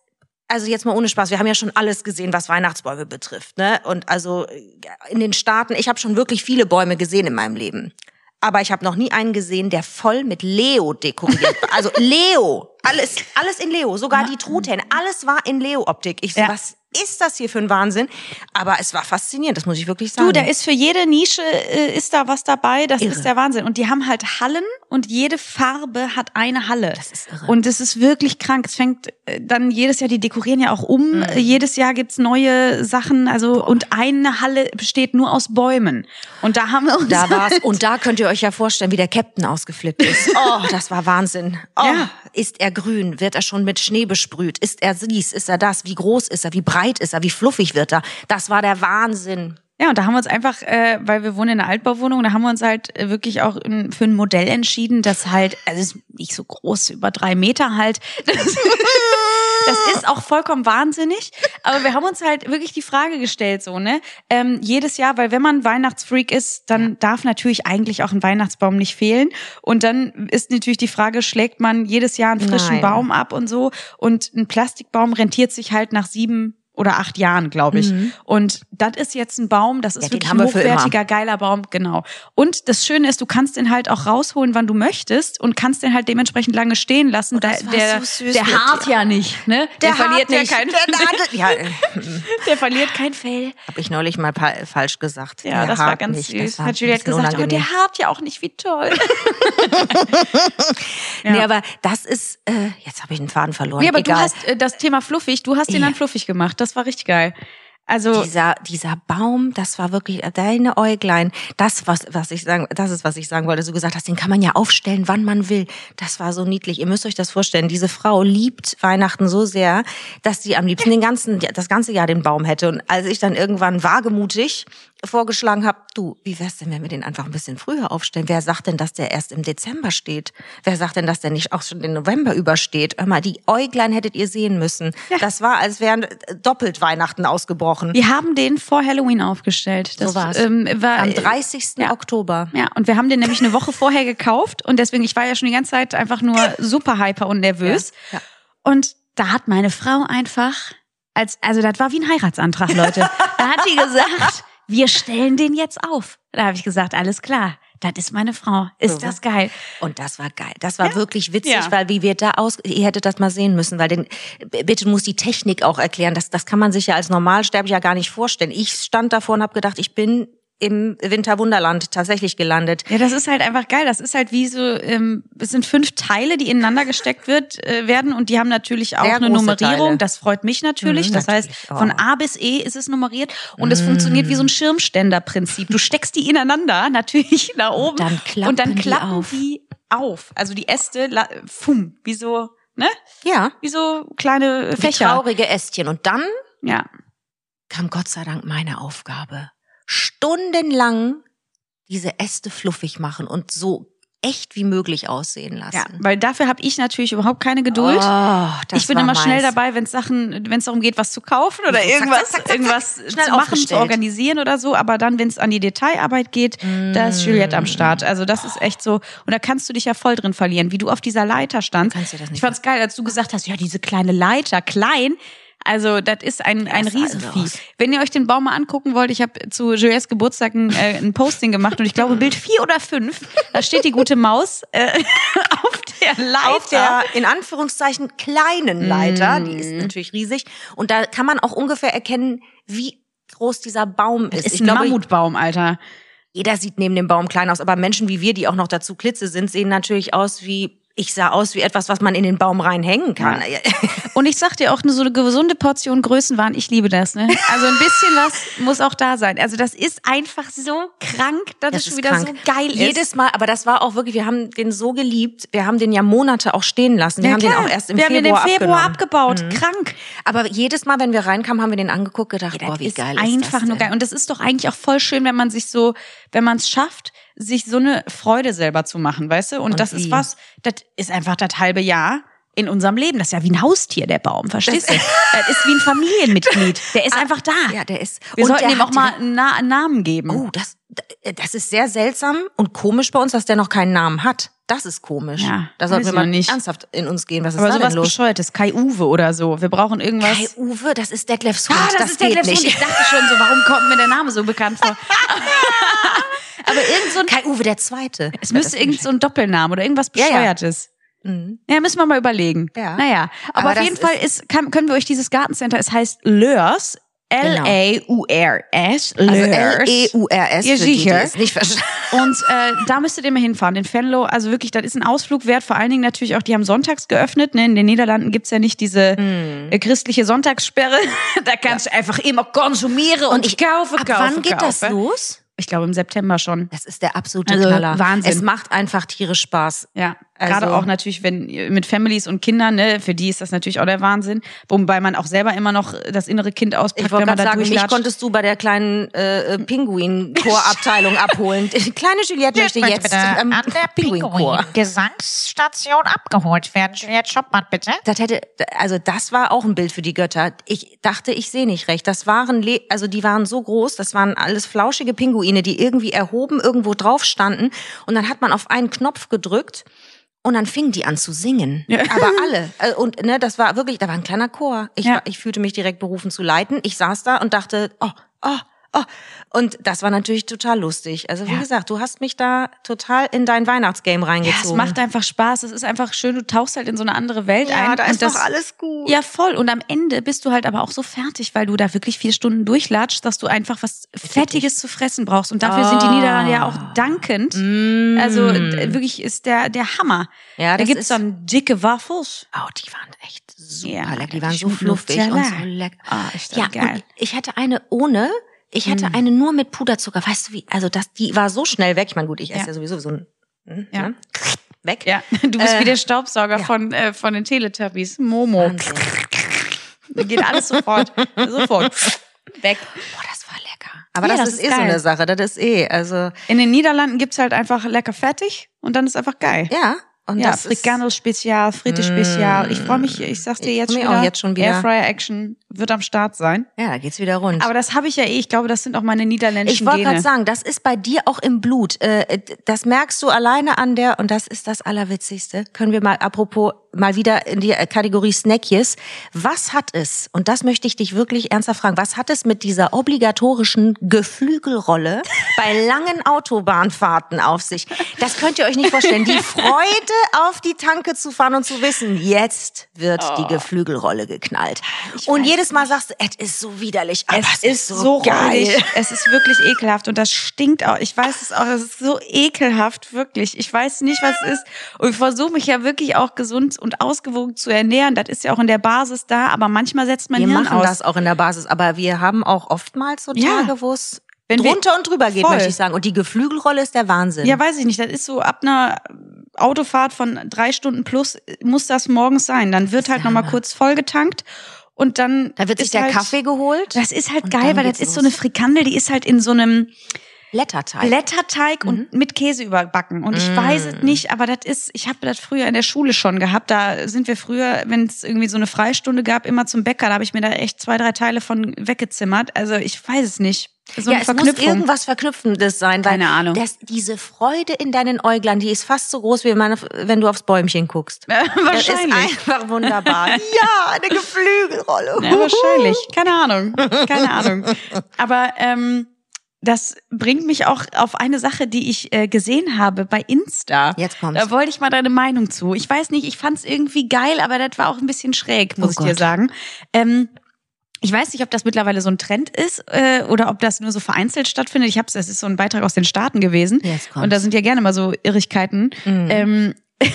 Speaker 2: also jetzt mal ohne Spaß, wir haben ja schon alles gesehen, was Weihnachtsbäume betrifft. Ne? Und also äh, in den Staaten, ich habe schon wirklich viele Bäume gesehen in meinem Leben. Aber ich habe noch nie einen gesehen, der voll mit Leo dekoriert war.
Speaker 3: [LAUGHS]
Speaker 2: Also Leo, alles, alles in Leo, sogar die Truthähne, alles war in Leo-Optik. Ich so,
Speaker 3: Ja.
Speaker 2: was ist das hier für ein Wahnsinn? Aber es war faszinierend, das muss ich wirklich sagen.
Speaker 3: Du, da ist für jede Nische äh, ist da was dabei. Das
Speaker 2: Irre.
Speaker 3: ist der Wahnsinn. Und die haben halt Hallen und jede Farbe hat eine Halle. Das
Speaker 2: ist irre.
Speaker 3: Und es ist wirklich krank. Es fängt äh, dann jedes Jahr, die dekorieren ja auch um.
Speaker 2: Mhm.
Speaker 3: Äh, Jedes Jahr gibt's neue Sachen. Also und eine Halle besteht nur aus Bäumen. Und da haben wir uns [LAUGHS]
Speaker 2: Da war's. Und da könnt ihr euch ja vorstellen, wie der Captain ausgeflippt ist. Oh, das war Wahnsinn. Oh,
Speaker 3: Ja.
Speaker 2: Ist er grün? Wird er schon mit Schnee besprüht? Ist er dies? Ist er das? Wie groß ist er? Wie breit ist er? Wie fluffig wird er? Das war der Wahnsinn.
Speaker 3: [LAUGHS] Ja, und da haben wir uns einfach, äh, weil wir wohnen in einer Altbauwohnung, da haben wir uns halt äh, wirklich auch in, für ein Modell entschieden, das halt, also ist nicht so groß, über drei Meter
Speaker 2: [LAUGHS]
Speaker 3: halt. Das, das ist auch vollkommen wahnsinnig. Aber wir haben uns halt wirklich die Frage gestellt, so, ne? Ähm, jedes Jahr, weil wenn man Weihnachtsfreak ist, dann darf natürlich eigentlich auch ein Weihnachtsbaum nicht fehlen. Und dann ist natürlich die Frage, schlägt man jedes Jahr einen frischen
Speaker 2: Nein.
Speaker 3: Baum ab und so. Und ein Plastikbaum rentiert sich halt nach sieben oder acht Jahren, glaube ich. Und das ist jetzt ein Baum, das ist
Speaker 2: Mhm. Ja, den
Speaker 3: wirklich
Speaker 2: haben
Speaker 3: ein
Speaker 2: wir für immer.
Speaker 3: hochwertiger, geiler Baum, genau. Und das Schöne ist, du kannst den halt auch rausholen, wann du möchtest und kannst den halt dementsprechend lange stehen lassen. da,
Speaker 2: Oh, das war
Speaker 3: der
Speaker 2: so süß
Speaker 3: der
Speaker 2: mit
Speaker 1: Hart ja nicht, ne?
Speaker 3: Der verliert ja [LAUGHS] kein-
Speaker 2: keinen der, [LAUGHS] nadet- ja, äh,
Speaker 3: der verliert kein Fell.
Speaker 2: habe ich neulich mal pa- falsch gesagt.
Speaker 3: Ja,
Speaker 2: Der
Speaker 3: das war
Speaker 2: hart
Speaker 3: ganz
Speaker 2: nicht. Das
Speaker 3: süß.
Speaker 2: war
Speaker 3: Hat
Speaker 2: ein
Speaker 3: Juliette
Speaker 2: bisschen
Speaker 3: gesagt, oh,
Speaker 2: unangenehm.
Speaker 3: der hart ja auch nicht, wie
Speaker 2: [LAUGHS]
Speaker 3: toll.
Speaker 2: Nee, aber das ist, äh, jetzt habe ich den Faden verloren.
Speaker 3: Nee, aber
Speaker 2: Egal.
Speaker 3: du hast äh, das Thema fluffig, du hast den
Speaker 2: Ja.
Speaker 3: dann fluffig gemacht. Das war richtig geil. Also,
Speaker 2: dieser, dieser Baum, das war wirklich äh, deine Äuglein. Das, was, was ich sagen, das ist, was ich sagen wollte. So gesagt hast, den kann man ja aufstellen, wann man will. Das war so niedlich. Ihr müsst euch das vorstellen. Diese Frau liebt Weihnachten so sehr, dass sie am liebsten den ganzen, das ganze Jahr den Baum hätte. Und als ich dann irgendwann wagemutig vorgeschlagen habe, du, wie wär's denn, wenn wir den einfach ein bisschen früher aufstellen? Wer sagt denn, dass der erst im Dezember steht? Wer sagt denn, dass der nicht auch schon den November übersteht? Hör mal, die Äuglein hättet ihr sehen müssen. Das war, als wären äh, doppelt Weihnachten ausgebrochen.
Speaker 3: wir haben den vor Halloween aufgestellt. Das
Speaker 2: So war's.
Speaker 3: ähm, war
Speaker 2: Am 30. Oktober.
Speaker 3: Ja, und wir haben den nämlich eine Woche vorher gekauft und deswegen, ich war ja schon die ganze Zeit einfach nur super hyper und nervös.
Speaker 2: Ja, ja.
Speaker 3: Und da hat meine Frau einfach, als, also das war wie ein Heiratsantrag, Leute. Da hat die gesagt, wir stellen den jetzt auf. Da habe ich gesagt, alles klar, das ist meine Frau. Ist
Speaker 2: So.
Speaker 3: das geil?
Speaker 2: Und das war geil. Das war wirklich witzig,
Speaker 3: Ja.
Speaker 2: weil wie wir da aus, ihr hättet das mal sehen müssen, weil den, bitte muss die Technik auch erklären. Das, das kann man sich ja als Normalsterblicher gar nicht vorstellen. Ich stand davor und habe gedacht, ich bin im Winterwunderland tatsächlich gelandet.
Speaker 3: Ja, das ist halt einfach geil. Das ist halt wie so, ähm, es sind fünf Teile, die ineinander gesteckt wird, äh, werden und die haben natürlich auch
Speaker 2: Sehr
Speaker 3: eine
Speaker 2: große
Speaker 3: Nummerierung.
Speaker 2: Teile.
Speaker 3: Das freut mich natürlich.
Speaker 2: Mhm,
Speaker 3: das heißt,
Speaker 2: natürlich. Oh. Mhm.
Speaker 3: von A bis E ist es nummeriert und es funktioniert wie so ein Schirmständerprinzip. Du steckst die ineinander, [LAUGHS] natürlich nach oben
Speaker 2: dann
Speaker 3: und dann
Speaker 2: klappen die
Speaker 3: klappen
Speaker 2: auf.
Speaker 3: die auf. Also die Äste, la- fumm, wie so, ne?
Speaker 2: Ja.
Speaker 3: Wie so kleine
Speaker 2: Wie
Speaker 3: Fächer.
Speaker 2: traurige Ästchen. Und dann
Speaker 3: Ja.
Speaker 2: kam Gott sei Dank meine Aufgabe. Stundenlang diese Äste fluffig machen und so echt wie möglich aussehen lassen.
Speaker 3: ja, weil dafür habe ich natürlich überhaupt keine Geduld.
Speaker 2: Oh, das
Speaker 3: ich bin
Speaker 2: war
Speaker 3: immer schnell
Speaker 2: meins.
Speaker 3: dabei, wenn es Sachen, wenn es darum geht, was zu kaufen oder
Speaker 2: Zack, zack,
Speaker 3: irgendwas,
Speaker 2: zack, zack, zack.
Speaker 3: irgendwas
Speaker 2: Schnell
Speaker 3: zu machen, zu
Speaker 2: aufgestellt.
Speaker 3: organisieren oder so. Aber dann, wenn es an die Detailarbeit geht, da ist Juliette am Start. Also das ist echt so. Und da kannst du dich ja voll drin verlieren, wie du auf dieser Leiter standst.
Speaker 2: Kannst du das nicht
Speaker 3: ich fand's geil, als du gesagt hast, ja, diese kleine Leiter, klein. Also das ist ein, ein
Speaker 2: sah also
Speaker 3: Riesenvieh.
Speaker 2: aus.
Speaker 3: Wenn ihr euch den Baum mal angucken wollt, ich habe zu Juliettes Geburtstag ein, äh, ein Posting gemacht und ich glaube Bild vier oder fünf, da steht die gute Maus äh, [LAUGHS] auf der Leiter.
Speaker 2: auf der in Anführungszeichen kleinen Leiter,
Speaker 3: Mm.
Speaker 2: die ist natürlich riesig und da kann man auch ungefähr erkennen, wie groß dieser Baum ist.
Speaker 3: ist ein Mammutbaum, Alter.
Speaker 2: jeder sieht neben dem Baum klein aus, aber Menschen wie wir, die auch noch dazu Klitze sind, sehen natürlich aus wie ich sah aus wie etwas, was man in den Baum reinhängen kann. [LAUGHS]
Speaker 3: Und ich sag dir auch, nur so eine gesunde Portion Größenwahn, ich liebe das, ne? Also ein bisschen
Speaker 2: [LAUGHS]
Speaker 3: was muss auch da sein. Also das ist einfach so krank, dass es schon wieder so geil ist.
Speaker 2: Jedes Mal, aber das war auch wirklich, wir haben den so geliebt. Wir haben den ja Monate auch stehen lassen. Wir haben den auch erst im
Speaker 3: wir haben den
Speaker 2: Februar,
Speaker 3: im Februar
Speaker 2: abgenommen. Mhm.
Speaker 3: abgebaut, krank.
Speaker 2: Aber jedes Mal, wenn wir reinkamen, haben wir den angeguckt, gedacht, boah, wie
Speaker 3: ist
Speaker 2: geil ist das
Speaker 3: einfach nur
Speaker 2: denn?
Speaker 3: geil. Und das ist doch eigentlich auch voll schön, wenn man sich so, wenn man es schafft, sich so eine Freude selber zu machen, weißt du? Und, das ist
Speaker 2: wie?
Speaker 3: was, das ist einfach das halbe Jahr in unserem Leben. Das ist ja wie ein Haustier, der Baum, verstehst du? Das ist wie ein Familienmitglied. Der
Speaker 2: Ah,
Speaker 3: ist einfach da.
Speaker 2: Ja, der ist.
Speaker 3: Wir
Speaker 2: und
Speaker 3: sollten
Speaker 2: der
Speaker 3: ihm auch
Speaker 2: hat-
Speaker 3: mal einen Na- einen Namen geben.
Speaker 2: Oh, das, das ist sehr seltsam und komisch bei uns, dass der noch keinen Namen hat. Das ist komisch.
Speaker 3: Ja,
Speaker 2: da
Speaker 3: weiß
Speaker 2: sollten wir
Speaker 3: ich
Speaker 2: mal
Speaker 3: noch nicht.
Speaker 2: ernsthaft in uns gehen. Was ist
Speaker 3: Aber
Speaker 2: da
Speaker 3: sowas
Speaker 2: denn los?
Speaker 3: Bescheuertes, Kai-Uwe oder so. Wir brauchen irgendwas.
Speaker 2: Hey, Uwe, das ist Detlefs Hund. Ah, das
Speaker 3: Ah, der
Speaker 2: geht
Speaker 3: Klebs-
Speaker 2: nicht.
Speaker 3: Ich dachte schon so, warum kommt mir der Name so bekannt [LAUGHS] vor? Aber irgend so ein,
Speaker 2: Kai Uwe, der Zweite.
Speaker 3: es müsste irgend so ein Doppelname oder irgendwas
Speaker 2: Ja, ja.
Speaker 3: Bescheuertes.
Speaker 2: Mhm.
Speaker 3: Ja, müssen wir mal überlegen.
Speaker 2: Ja.
Speaker 3: Naja, aber,
Speaker 2: Aber
Speaker 3: auf
Speaker 2: das
Speaker 3: jeden Fall ist, kann, können wir euch dieses Gartencenter, es heißt Lörs, L-A-U-R-S, Lörs.
Speaker 2: Also L-E-U-R-S.
Speaker 3: Ja,
Speaker 2: für die, die
Speaker 3: sicher.
Speaker 2: es nicht verstanden.
Speaker 3: Und äh, da müsstet ihr mal hinfahren, den Fenlo. Also wirklich, das ist ein Ausflug wert. Vor allen Dingen natürlich auch, die haben sonntags geöffnet. Ne? In den Niederlanden gibt's ja nicht diese
Speaker 2: Hm.
Speaker 3: äh, christliche Sonntagssperre. [LAUGHS] da kannst du einfach immer konsumieren und, ich kaufe,
Speaker 2: ab
Speaker 3: kaufe,
Speaker 2: wann geht das
Speaker 3: kaufe.
Speaker 2: los?
Speaker 3: Ich glaube im September schon.
Speaker 2: Das ist der absolute
Speaker 3: Also,
Speaker 2: Knaller.
Speaker 3: Wahnsinn.
Speaker 2: Es macht einfach tierisch Spaß.
Speaker 3: Ja. Gerade auch natürlich, wenn mit Families und Kindern, ne, für die ist das natürlich auch der Wahnsinn. Wobei man auch selber immer noch das innere Kind auspackt,
Speaker 2: Ich
Speaker 3: wenn
Speaker 2: wollte
Speaker 3: man
Speaker 2: gerade
Speaker 3: da
Speaker 2: sagen, mich
Speaker 3: durchlatscht.
Speaker 2: konntest du bei der kleinen äh, Pinguin-Chorabteilung abholen. Die Kleine Juliette möchte jetzt ähm,
Speaker 4: an der
Speaker 2: Pinguin-Chor.
Speaker 4: Pinguin-Gesangsstation abgeholt werden. Juliette Schoppmann, bitte.
Speaker 2: Das hätte, also das war auch ein Bild für die Götter. Ich dachte, ich sehe nicht recht. Das waren, Le also die waren so groß, das waren alles flauschige Pinguine, die irgendwie erhoben irgendwo drauf standen. Und dann hat man auf einen Knopf gedrückt und dann fingen die an zu singen.
Speaker 3: [LAUGHS]
Speaker 2: Aber alle. Äh, Und ne, das war wirklich, da war ein kleiner Chor. Ich,
Speaker 3: Ja.
Speaker 2: war- ich fühlte mich direkt berufen zu leiten. Ich saß da und dachte, oh, oh. Oh, und das war natürlich total lustig. Also wie gesagt, du hast mich da total in dein Weihnachtsgame
Speaker 3: Ja,
Speaker 2: reingezogen.
Speaker 3: es macht einfach Spaß. Es ist einfach schön. Du tauchst halt in so eine andere Welt ein.
Speaker 2: ja, da
Speaker 3: und
Speaker 2: ist
Speaker 3: das,
Speaker 2: doch alles gut.
Speaker 3: Ja, voll. Und am Ende bist du halt aber auch so fertig, weil du da wirklich vier Stunden durchlatschst, dass du einfach was Fettiges zu fressen brauchst. Und dafür sind die
Speaker 2: Ah.
Speaker 3: Niederlande ja auch dankend. Also d- wirklich ist der, der Hammer.
Speaker 2: Mm. Ja,
Speaker 3: da
Speaker 2: das
Speaker 3: gibt's
Speaker 2: ist-
Speaker 3: dann dicke Waffels.
Speaker 2: Oh, die waren echt super
Speaker 3: Ja,
Speaker 2: lecker.
Speaker 3: die
Speaker 2: Die waren so fluffig
Speaker 3: Nutella.
Speaker 2: und so lecker.
Speaker 3: Ah, ist das
Speaker 2: ja,
Speaker 3: geil.
Speaker 2: und ich hatte eine ohne, ich hatte eine nur mit Puderzucker. Weißt du wie? Also das, die war so schnell weg. Ich meine, gut, ich esse ja,
Speaker 3: Ja.
Speaker 2: sowieso so ein hm,
Speaker 3: Ja.
Speaker 2: ne? weg.
Speaker 3: Ja, [LAUGHS] du bist
Speaker 2: Äh,
Speaker 3: wie der Staubsauger
Speaker 2: ja.
Speaker 3: von, äh, von den Teletubbies. Momo.
Speaker 2: Wahnsinn.
Speaker 3: Geht alles
Speaker 2: [LAUGHS]
Speaker 3: sofort. sofort. Weg.
Speaker 2: Boah, das war lecker. Aber
Speaker 3: Ja,
Speaker 2: das,
Speaker 3: das
Speaker 2: ist,
Speaker 3: ist
Speaker 2: eh so
Speaker 3: geil.
Speaker 2: eine Sache. Das ist eh, also
Speaker 3: In den Niederlanden gibt's halt einfach lecker fertig und dann ist einfach geil.
Speaker 2: ja. Und
Speaker 3: Ja,
Speaker 2: das
Speaker 3: Frikano Spezial, Fritte Spezial. Ich freue mich, ich sag's dir
Speaker 2: Ich
Speaker 3: jetzt
Speaker 2: freu
Speaker 3: schon,
Speaker 2: mich auch
Speaker 3: wieder,
Speaker 2: jetzt schon wieder.
Speaker 3: Airfryer Action wird am Start sein.
Speaker 2: Ist, ja, da geht's wieder rund.
Speaker 3: Aber das habe ich ja eh. Ich glaube, das sind auch meine niederländischen
Speaker 2: ich wollte
Speaker 3: Gene.
Speaker 2: gerade sagen, das ist bei dir auch im Blut. Äh, d- Das merkst du alleine an der, und das ist das Allerwitzigste. Können wir mal, apropos, mal wieder in die äh, Kategorie Snackies. Was hat es, und das möchte ich dich wirklich ernsthaft fragen, was hat es mit dieser obligatorischen Geflügelrolle [LAUGHS] bei langen Autobahnfahrten auf sich? Das könnt ihr euch nicht vorstellen. Die Freude, auf die Tanke zu fahren und zu wissen, jetzt wird die Geflügelrolle geknallt. Und jedes Mal sagst du, es ist so widerlich, aber es, ist so, geil.
Speaker 3: räudig. Es ist wirklich ekelhaft und das stinkt auch. Ich weiß es auch. Es ist so ekelhaft, wirklich. Ich weiß nicht, was es ist. Und ich versuche mich ja wirklich auch gesund und ausgewogen zu ernähren. Das ist ja auch in der Basis da. Aber manchmal setzt man
Speaker 2: Wir
Speaker 3: Hirn
Speaker 2: machen
Speaker 3: aus.
Speaker 2: das auch in der Basis, aber wir haben auch oftmals so
Speaker 3: Ja.
Speaker 2: Tage, wo es
Speaker 3: Wenn wir-
Speaker 2: drunter und drüber geht,
Speaker 3: Voll.
Speaker 2: möchte ich sagen. Und die Geflügelrolle ist der Wahnsinn.
Speaker 3: Ja, weiß ich nicht. Das ist so ab einer Autofahrt von drei Stunden plus äh, muss das morgens sein. Dann wird halt noch mal kurz vollgetankt und dann
Speaker 2: da wird sich
Speaker 3: ist
Speaker 2: der
Speaker 3: halt,
Speaker 2: Kaffee geholt.
Speaker 3: Das ist halt
Speaker 2: und
Speaker 3: geil,
Speaker 2: dann
Speaker 3: weil das
Speaker 2: geht's
Speaker 3: ist so
Speaker 2: los.
Speaker 3: eine Frikandel, die ist halt in so einem
Speaker 2: Blätterteig.
Speaker 3: Blätterteig
Speaker 2: Mhm.
Speaker 3: und mit Käse überbacken. Und ich weiß
Speaker 2: Mm.
Speaker 3: es nicht, aber das ist, ich habe das früher in der Schule schon gehabt. Da sind wir früher, wenn es irgendwie so eine Freistunde gab, immer zum Bäcker. Da habe ich mir da echt zwei, drei Teile von weggezimmert. Also ich weiß es nicht. So
Speaker 2: ja,
Speaker 3: eine
Speaker 2: es muss
Speaker 3: Verknüpfung. [LAUGHS]
Speaker 2: irgendwas Verknüpfendes sein. Weil
Speaker 3: Keine Ahnung.
Speaker 2: Das, diese Freude in deinen Äuglein, die ist fast so groß, wie meine, wenn du aufs Bäumchen guckst. Das
Speaker 3: Wahrscheinlich.
Speaker 2: ist
Speaker 3: [LAUGHS]
Speaker 2: einfach wunderbar. ja, eine Geflügelrolle.
Speaker 3: Ja, wahrscheinlich. Keine Ahnung. Keine Ahnung. Aber ähm, das bringt mich auch auf eine Sache, die ich äh, gesehen habe bei Insta.
Speaker 2: Jetzt kommt's.
Speaker 3: Da wollte ich mal deine Meinung zu. Ich weiß nicht, ich fand es irgendwie geil, aber das war auch ein bisschen schräg, muss ich
Speaker 2: Oh
Speaker 3: dir
Speaker 2: Gott.
Speaker 3: sagen. Ähm, ich weiß nicht, ob das mittlerweile so ein Trend ist äh, oder ob das nur so vereinzelt stattfindet. Ich hab's, das ist so ein Beitrag aus den Staaten gewesen.
Speaker 2: Jetzt kommt's.
Speaker 3: Und da sind ja gerne mal so Irrigkeiten.
Speaker 2: Mhm.
Speaker 3: Ähm, [LAUGHS]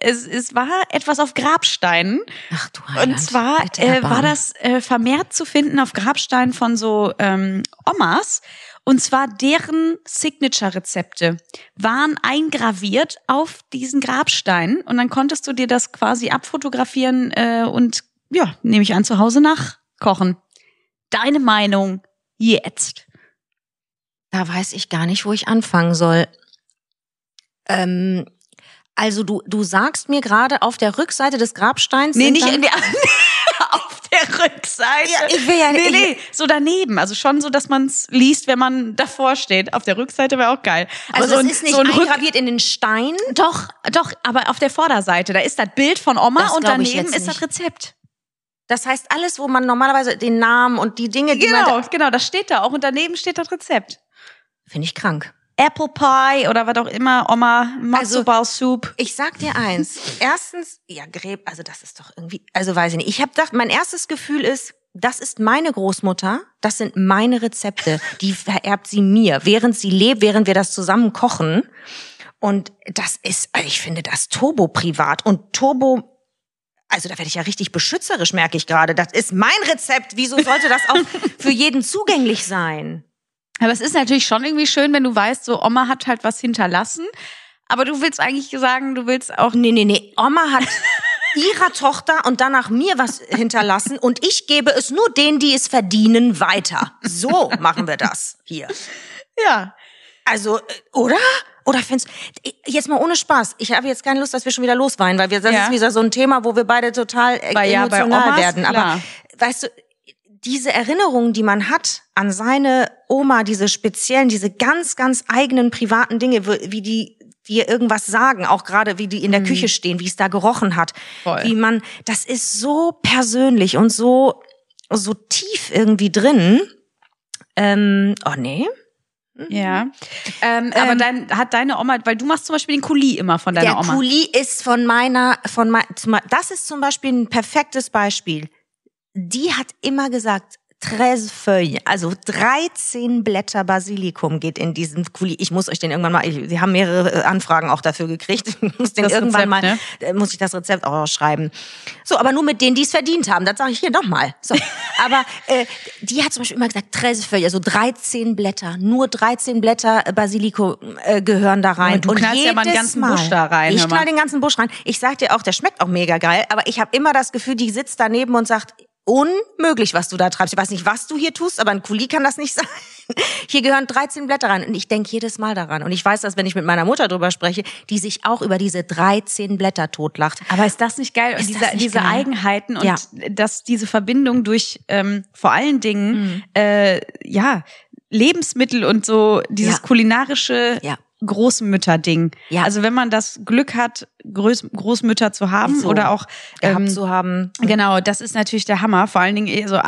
Speaker 3: es, es war etwas auf Grabsteinen.
Speaker 2: Ach du
Speaker 3: Und
Speaker 2: Heiland.
Speaker 3: zwar
Speaker 2: Bitte
Speaker 3: äh,
Speaker 2: erbarmen.
Speaker 3: war das äh, vermehrt zu finden auf Grabsteinen von so ähm, Omas. Und zwar deren Signature-Rezepte waren eingraviert auf diesen Grabsteinen. Und dann konntest du dir das quasi abfotografieren äh, und ja, nehme ich an, zu Hause nachkochen. Deine Meinung jetzt.
Speaker 2: Da weiß ich gar nicht, wo ich anfangen soll. Ähm, also du, du sagst mir gerade auf der Rückseite des Grabsteins. sind dann,
Speaker 3: der, [LAUGHS] auf der Rückseite.
Speaker 2: Ja, ich will ja
Speaker 3: Nee,
Speaker 2: nicht.
Speaker 3: nee, so daneben. Also schon so, dass man es liest, wenn man davor steht. Auf der Rückseite wäre auch geil. Aber
Speaker 2: Also
Speaker 3: so
Speaker 2: es
Speaker 3: ein-
Speaker 2: ist nicht
Speaker 3: so ein Rück-
Speaker 2: eingraviert in den Stein.
Speaker 3: Doch, doch, aber auf der Vorderseite. Da ist das Bild von Oma
Speaker 2: Das
Speaker 3: und
Speaker 2: glaub ich
Speaker 3: daneben
Speaker 2: jetzt
Speaker 3: ist das
Speaker 2: nicht.
Speaker 3: Rezept.
Speaker 2: Das heißt alles, wo man normalerweise den Namen und die Dinge, die man.
Speaker 3: Genau, genau, das steht da auch. Und daneben steht das Rezept.
Speaker 2: Finde ich krank.
Speaker 3: Apple Pie oder was auch immer, Oma, Matzo
Speaker 2: Also-
Speaker 3: Ball Soup.
Speaker 2: Ich sag dir eins. Erstens, ja, Gräb, also das ist doch irgendwie, also weiß ich nicht. Ich habe gedacht, mein erstes Gefühl ist, das ist meine Großmutter, das sind meine Rezepte. Die vererbt sie mir, während sie lebt, während wir das zusammen kochen. Und das ist, also ich finde das Turbo privat und Turbo also da werde ich ja richtig beschützerisch, merke ich gerade. Das ist mein Rezept. Wieso sollte das auch für jeden zugänglich sein?
Speaker 3: Aber es ist natürlich schon irgendwie schön, wenn du weißt, so Oma hat halt was hinterlassen. Aber du willst eigentlich sagen, du willst auch.
Speaker 2: Nee, nee, nee. Oma hat ihrer Tochter und danach mir was hinterlassen und ich gebe es nur denen, die es verdienen, weiter. So machen wir das hier.
Speaker 3: Ja.
Speaker 2: Also, äh, oder? Oder findest jetzt mal ohne Spaß. Ich habe jetzt keine Lust, dass wir schon wieder losweinen, weil wir das
Speaker 3: Ja.
Speaker 2: ist wieder so ein Thema, wo wir beide total äh,
Speaker 3: Bei- ja, bei
Speaker 2: emotional
Speaker 3: Omas,
Speaker 2: werden.
Speaker 3: klar.
Speaker 2: Aber weißt du, diese Erinnerungen, die man hat an seine Oma, diese speziellen, diese ganz, ganz eigenen privaten Dinge, wie wie die wir irgendwas sagen, auch gerade wie die in der Küche stehen, wie es da gerochen hat,
Speaker 3: Mhm. Voll.
Speaker 2: wie man, das ist so persönlich und so so tief irgendwie drin. Ähm, oh nee.
Speaker 3: Ja. Ähm, aber dein, hat deine Oma, weil du machst zum Beispiel den Kuli immer von deiner
Speaker 2: der
Speaker 3: Oma.
Speaker 2: Kuli ist von meiner, von mein, zum- das ist zum Beispiel ein perfektes Beispiel. Die hat immer gesagt, 13 Feuilles, also 13 Blätter Basilikum geht in diesen Kuli. Ich muss euch den irgendwann mal, ich, sie haben mehrere äh, Anfragen auch dafür gekriegt. [LAUGHS] Ich muss den
Speaker 3: Das
Speaker 2: irgendwann
Speaker 3: Rezept, ne?
Speaker 2: mal, äh, muss ich das Rezept auch schreiben. So, aber nur mit denen, die es verdient haben. Das sage ich hier nochmal.
Speaker 3: [LAUGHS]
Speaker 2: So. aber äh, die hat zum Beispiel immer gesagt, 13 Feuilles, also 13 Blätter, nur 13 Blätter äh, Basilikum äh, gehören da rein.
Speaker 3: Aber du knallst ja mal einen
Speaker 2: jedes
Speaker 3: ganzen Busch da rein,
Speaker 2: Ich
Speaker 3: hör mal.
Speaker 2: knall den ganzen Busch rein. Ich sag dir auch, der schmeckt auch mega geil, aber ich habe immer das Gefühl, die sitzt daneben und sagt, unmöglich, was du da treibst. Ich weiß nicht, was du hier tust, aber ein Kuli kann das nicht [LAUGHS] sein. Hier gehören 13 Blätter rein und ich denk jedes Mal daran. Und ich weiß das, wenn ich mit meiner Mutter drüber spreche, die sich auch über diese 13 Blätter totlacht.
Speaker 3: Aber ist das nicht geil? Und
Speaker 2: Ist
Speaker 3: diese,
Speaker 2: das nicht
Speaker 3: diese
Speaker 2: geil?
Speaker 3: Eigenheiten und
Speaker 2: Ja.
Speaker 3: dass diese Verbindung durch ähm, vor allen
Speaker 2: Mhm.
Speaker 3: Dingen äh, ja Lebensmittel und so dieses
Speaker 2: Ja.
Speaker 3: kulinarische
Speaker 2: Ja.
Speaker 3: Großmütter-Ding.
Speaker 2: Ja.
Speaker 3: Also wenn man das Glück hat, Groß Großmütter zu haben
Speaker 2: So.
Speaker 3: oder auch
Speaker 2: Gehabt
Speaker 3: ähm,
Speaker 2: zu haben.
Speaker 3: Genau, das ist natürlich der Hammer. Vor allen Dingen eh so äh,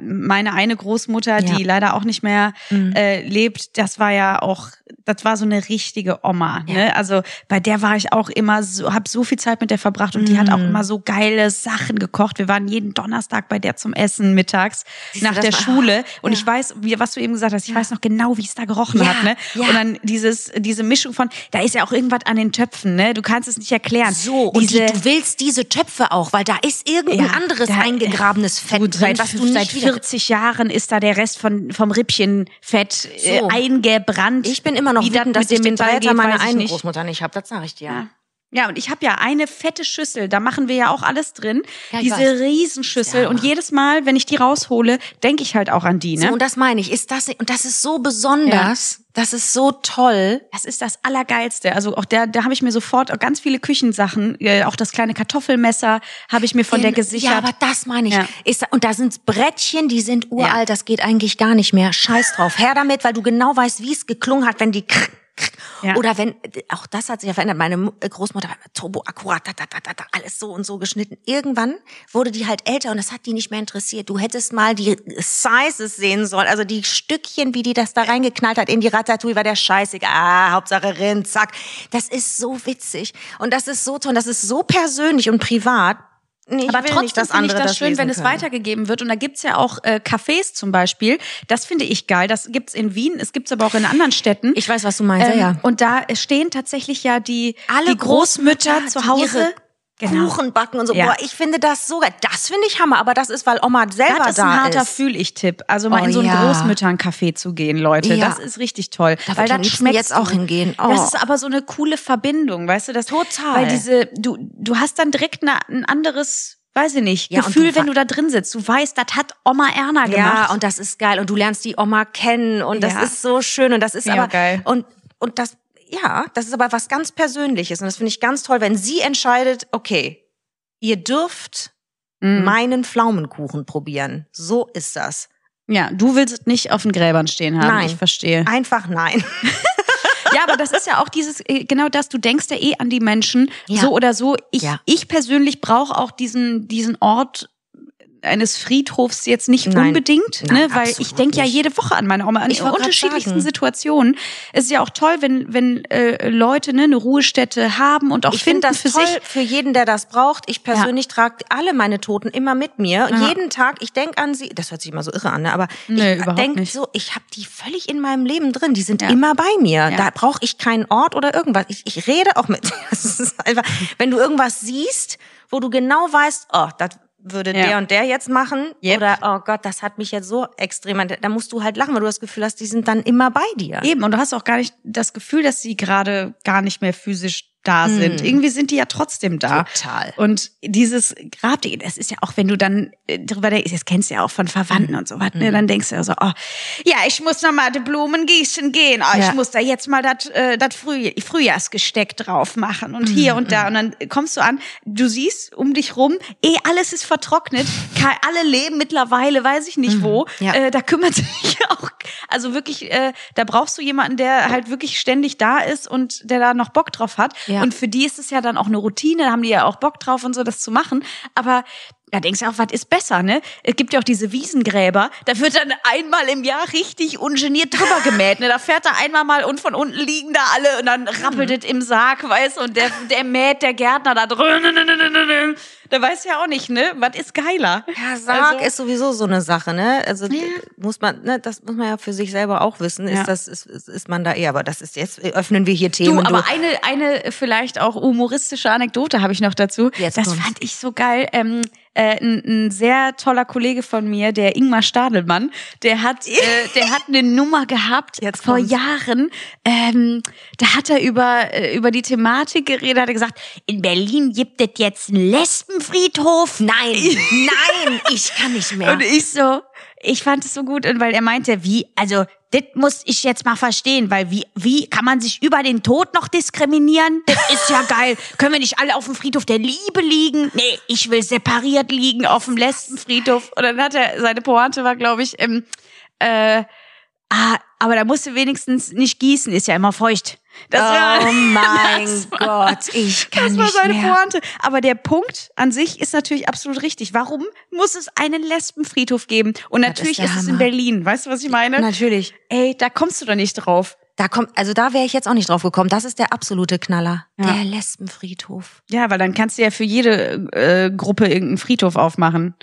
Speaker 3: meine eine Großmutter, die
Speaker 2: Ja. Mhm.
Speaker 3: leider auch nicht mehr äh, lebt, das war ja auch, das war so eine richtige Oma. Ne? Also bei der war ich auch immer so, habe so viel Zeit mit der verbracht und die hat
Speaker 2: Mhm.
Speaker 3: auch immer so geile Sachen gekocht. Wir waren jeden Donnerstag bei der zum Essen mittags nach
Speaker 2: das
Speaker 3: der
Speaker 2: war- ah,
Speaker 3: Schule und ich weiß, wie, was du eben gesagt hast, ich weiß noch genau, wie es da gerochen
Speaker 2: Ja,
Speaker 3: hat. Ne?
Speaker 2: ja.
Speaker 3: Und dann dieses, diese Mischung von, da ist ja auch irgendwas an den Töpfen, ne? Du kannst es nicht erklären.
Speaker 2: So, und die, du willst diese Töpfe auch, weil da ist irgendein
Speaker 3: Ja,
Speaker 2: anderes
Speaker 3: da-
Speaker 2: eingegrabenes Fett drin, Äh, was du nicht
Speaker 3: seit
Speaker 2: wieder
Speaker 3: 40 Jahren ist da der Rest von, vom Rippchenfett äh,
Speaker 2: So.
Speaker 3: eingebrannt.
Speaker 2: Ich bin immer noch
Speaker 3: Wie das
Speaker 2: wütend,
Speaker 3: mit
Speaker 2: dass
Speaker 3: dem
Speaker 2: ich den
Speaker 3: Metall
Speaker 2: Bräter
Speaker 3: geht,
Speaker 2: meiner
Speaker 3: weiß ich
Speaker 2: einen
Speaker 3: nicht.
Speaker 2: Großmutter nicht habe. Das sage ich dir.
Speaker 3: Ja. Ja, und ich habe ja eine fette Schüssel, da machen wir ja auch alles drin.
Speaker 2: Ja, ich
Speaker 3: Diese
Speaker 2: weiß.
Speaker 3: Riesenschüssel.
Speaker 2: Ja.
Speaker 3: Und jedes Mal, wenn ich die raushole, denke ich halt auch an die. Ne?
Speaker 2: So, und das meine ich. Ist das, nicht- und das ist so besonders. Das ist so toll.
Speaker 3: Das ist das Allergeilste. Also auch der, da habe ich mir sofort auch ganz viele Küchensachen, äh, auch das kleine Kartoffelmesser habe ich mir von der
Speaker 2: Gen-
Speaker 3: gesichert.
Speaker 2: Ja, aber das meine ich.
Speaker 3: Ja.
Speaker 2: Ist, und da sind Brettchen, die sind uralt,
Speaker 3: Ja.
Speaker 2: das geht eigentlich gar nicht mehr. Scheiß drauf. Her damit, weil du genau weißt, wie es geklungen hat, wenn die krr, krr.
Speaker 3: Ja.
Speaker 2: Oder wenn, auch das hat sich ja verändert. Meine Mu- äh, Großmutter war immer turbo akkurat, da, da, da, da, da, alles so und so geschnitten. Irgendwann wurde die halt älter und das hat die nicht mehr interessiert. Du hättest mal die Sizes sehen sollen, also die Stückchen, wie die das da reingeknallt hat in die Ratatouille, war der scheißegal. Ah, Hauptsache Rind, zack. Das ist so witzig und das ist so toll, und das ist so persönlich und privat. Nee, ich
Speaker 3: Aber
Speaker 2: will
Speaker 3: trotzdem
Speaker 2: nicht, dass
Speaker 3: finde ich
Speaker 2: andere
Speaker 3: das,
Speaker 2: das
Speaker 3: schön,
Speaker 2: lesen
Speaker 3: wenn es
Speaker 2: können.
Speaker 3: weitergegeben wird. Und da gibt's ja auch äh, Cafés zum Beispiel. Das finde ich geil. Das gibt's in Wien, es gibt's aber auch in anderen Städten. Ähm,
Speaker 2: Ich weiß, was du meinst. ja, ja.
Speaker 3: Und da stehen tatsächlich ja die,
Speaker 2: Ähm, Alle
Speaker 3: die Großmütter
Speaker 2: Großmütter,
Speaker 3: zu
Speaker 2: die
Speaker 3: Hause.
Speaker 2: ihre
Speaker 3: Genau.
Speaker 2: Kuchen backen und so.
Speaker 3: Ja.
Speaker 2: Boah, ich finde das so geil. Das finde ich Hammer, aber das ist, weil Oma selber
Speaker 3: Das ist
Speaker 2: da
Speaker 3: ein harter
Speaker 2: ist.
Speaker 3: Fühl-Ich-Tipp. Also mal
Speaker 2: Oh
Speaker 3: in so einen
Speaker 2: ja.
Speaker 3: Großmüttern-Café zu gehen, Leute.
Speaker 2: Ja.
Speaker 3: Das ist richtig toll.
Speaker 2: Da würd
Speaker 3: weil
Speaker 2: ich am
Speaker 3: dann
Speaker 2: liebsten
Speaker 3: schmeckt
Speaker 2: jetzt auch hingehen. Oh.
Speaker 3: Das ist aber so eine coole Verbindung, weißt du? Das,
Speaker 2: Total.
Speaker 3: Weil diese, du, du hast dann direkt eine, ein anderes, weiß ich nicht,
Speaker 2: Ja, und
Speaker 3: Gefühl,
Speaker 2: du
Speaker 3: wenn
Speaker 2: wa-
Speaker 3: du da drin sitzt. Du weißt, das hat Oma Erna gemacht.
Speaker 2: Ja, und das ist geil. Und du lernst die Oma kennen und das
Speaker 3: Ja.
Speaker 2: ist so schön und das ist
Speaker 3: Ja,
Speaker 2: aber
Speaker 3: geil.
Speaker 2: und und das ja, das ist aber was ganz Persönliches und das finde ich ganz toll, wenn sie entscheidet, okay, ihr dürft meinen Pflaumenkuchen probieren. So ist das.
Speaker 3: Ja, du willst nicht auf den Gräbern stehen haben,
Speaker 2: Nein.
Speaker 3: ich verstehe.
Speaker 2: Einfach nein.
Speaker 3: Ja, aber das ist ja auch dieses, äh, genau das, du denkst ja eh an die Menschen,
Speaker 2: Ja.
Speaker 3: so oder so. Ich,
Speaker 2: Ja.
Speaker 3: ich persönlich brauche auch diesen, diesen Ort eines Friedhofs jetzt nicht
Speaker 2: Nein.
Speaker 3: unbedingt,
Speaker 2: Nein,
Speaker 3: ne, weil
Speaker 2: absolut
Speaker 3: ich denke ja
Speaker 2: nicht.
Speaker 3: jede Woche an meine Oma, an
Speaker 2: Ich wollt grad
Speaker 3: unterschiedlichsten
Speaker 2: sagen.
Speaker 3: Situationen. Es ist ja auch toll, wenn, wenn äh, Leute ne, eine Ruhestätte haben und auch
Speaker 2: Ich
Speaker 3: finden
Speaker 2: finde das
Speaker 3: für
Speaker 2: toll
Speaker 3: sich.
Speaker 2: für jeden, der das braucht. Ich persönlich trage alle meine Toten immer mit mir. Und
Speaker 3: Ja.
Speaker 2: jeden Tag, ich denke an sie. Das hört sich immer so irre an, ne? aber
Speaker 3: Nee,
Speaker 2: ich
Speaker 3: überhaupt
Speaker 2: denke
Speaker 3: nicht.
Speaker 2: so, ich habe die völlig in meinem Leben drin. Die sind
Speaker 3: Ja.
Speaker 2: immer bei mir.
Speaker 3: Ja.
Speaker 2: Da brauche ich keinen Ort oder irgendwas. Ich, ich [LAUGHS] rede auch mit. Das ist einfach, wenn du irgendwas siehst, wo du genau weißt, oh, das würde
Speaker 3: Ja.
Speaker 2: der und der jetzt machen
Speaker 3: Yep.
Speaker 2: oder oh Gott, das hat mich jetzt so extrem, an- da musst du halt lachen, weil du das Gefühl hast, die sind dann immer bei dir.
Speaker 3: Eben, und du hast auch gar nicht das Gefühl, dass sie gerade gar nicht mehr physisch da sind. Irgendwie sind die ja trotzdem da.
Speaker 2: Hm. Total.
Speaker 3: Und dieses Grabdehen, das ist ja auch, wenn du dann äh, drüber denkst, das kennst du ja auch von Verwandten
Speaker 2: Hm.
Speaker 3: und so was, ne? dann denkst du ja so, oh, ja, ich muss noch mal die Blumen gießen gehen, oh,
Speaker 2: Ja.
Speaker 3: ich muss da jetzt mal das äh, das Früh Frühjahrsgesteck drauf machen
Speaker 2: Hm,
Speaker 3: und hier und da. Und dann kommst du an, du siehst um dich rum, eh, alles ist vertrocknet,
Speaker 2: [LAUGHS]
Speaker 3: Ka- alle leben mittlerweile, weiß ich nicht wo,
Speaker 2: Hm. Ja.
Speaker 3: äh, da kümmert [LAUGHS] sich auch, also wirklich, äh, da brauchst du jemanden, der halt wirklich ständig da ist und der da noch Bock drauf hat.
Speaker 2: Ja.
Speaker 3: Und für die ist es ja dann auch eine Routine, da haben die ja auch Bock drauf und so, das zu machen. Aber da denkst du auch, was ist besser, ne? Es gibt ja auch diese Wiesengräber, da wird dann einmal im Jahr richtig ungeniert drüber gemäht, ne? Da fährt er einmal mal und von unten liegen da alle und dann rappelt es im Sarg, weißt du, und der, der mäht der Gärtner da drin. Da weiß ja auch nicht, ne? Was ist geiler?
Speaker 2: Ja, Sarg
Speaker 3: Also-
Speaker 2: ist sowieso so eine Sache, ne? Also muss man, ne, das muss man ja für sich selber auch wissen. Ist
Speaker 3: Ja.
Speaker 2: das, ist, ist ist man da eher, aber das ist jetzt öffnen wir hier Themen.
Speaker 3: Du, aber eine, eine vielleicht auch humoristische Anekdote habe ich noch dazu.
Speaker 2: Jetzt
Speaker 3: das
Speaker 2: kommt's.
Speaker 3: fand ich so geil. Ähm, äh, ein, ein sehr toller Kollege von mir, der Ingmar Stadelmann, der hat,
Speaker 2: [LAUGHS]
Speaker 3: äh, der hat eine Nummer gehabt
Speaker 2: Jetzt
Speaker 3: vor
Speaker 2: kommt's.
Speaker 3: Jahren. Ähm, da hat er über, äh, über die Thematik geredet, hat er gesagt, in Berlin gibt es jetzt einen Lesbenfriedhof.
Speaker 2: nein,
Speaker 3: [LAUGHS]
Speaker 2: nein, ich kann nicht mehr.
Speaker 3: Und ich so, ich fand es so gut, und weil er meinte, wie, also, das muss ich jetzt mal verstehen, weil wie, wie kann man sich über den Tod noch diskriminieren? Das ist ja geil. Können wir nicht alle auf dem Friedhof der Liebe liegen? Nee, ich will separiert liegen auf dem letzten Friedhof. Und dann hat er, seine Pointe war, glaube ich, ähm, äh, ah, aber da musst du wenigstens nicht gießen, ist ja immer feucht. Das war- [LAUGHS]
Speaker 2: oh mein Gott, ich kann
Speaker 3: das war
Speaker 2: nicht
Speaker 3: seine
Speaker 2: mehr.
Speaker 3: Pointe. Aber der Punkt an sich ist natürlich absolut richtig. Warum muss es einen Lesbenfriedhof geben? Und
Speaker 2: ist
Speaker 3: natürlich
Speaker 2: der
Speaker 3: ist, es in
Speaker 2: Hammer.
Speaker 3: Berlin. Weißt du, was ich meine?
Speaker 2: Natürlich.
Speaker 3: Ey, da kommst du doch nicht drauf.
Speaker 2: Da kommt, also da wäre ich jetzt auch nicht drauf gekommen. Das ist der absolute Knaller.
Speaker 3: Ja.
Speaker 2: Der Lesbenfriedhof.
Speaker 3: Ja, weil dann kannst du ja für jede äh, Gruppe irgendeinen Friedhof aufmachen.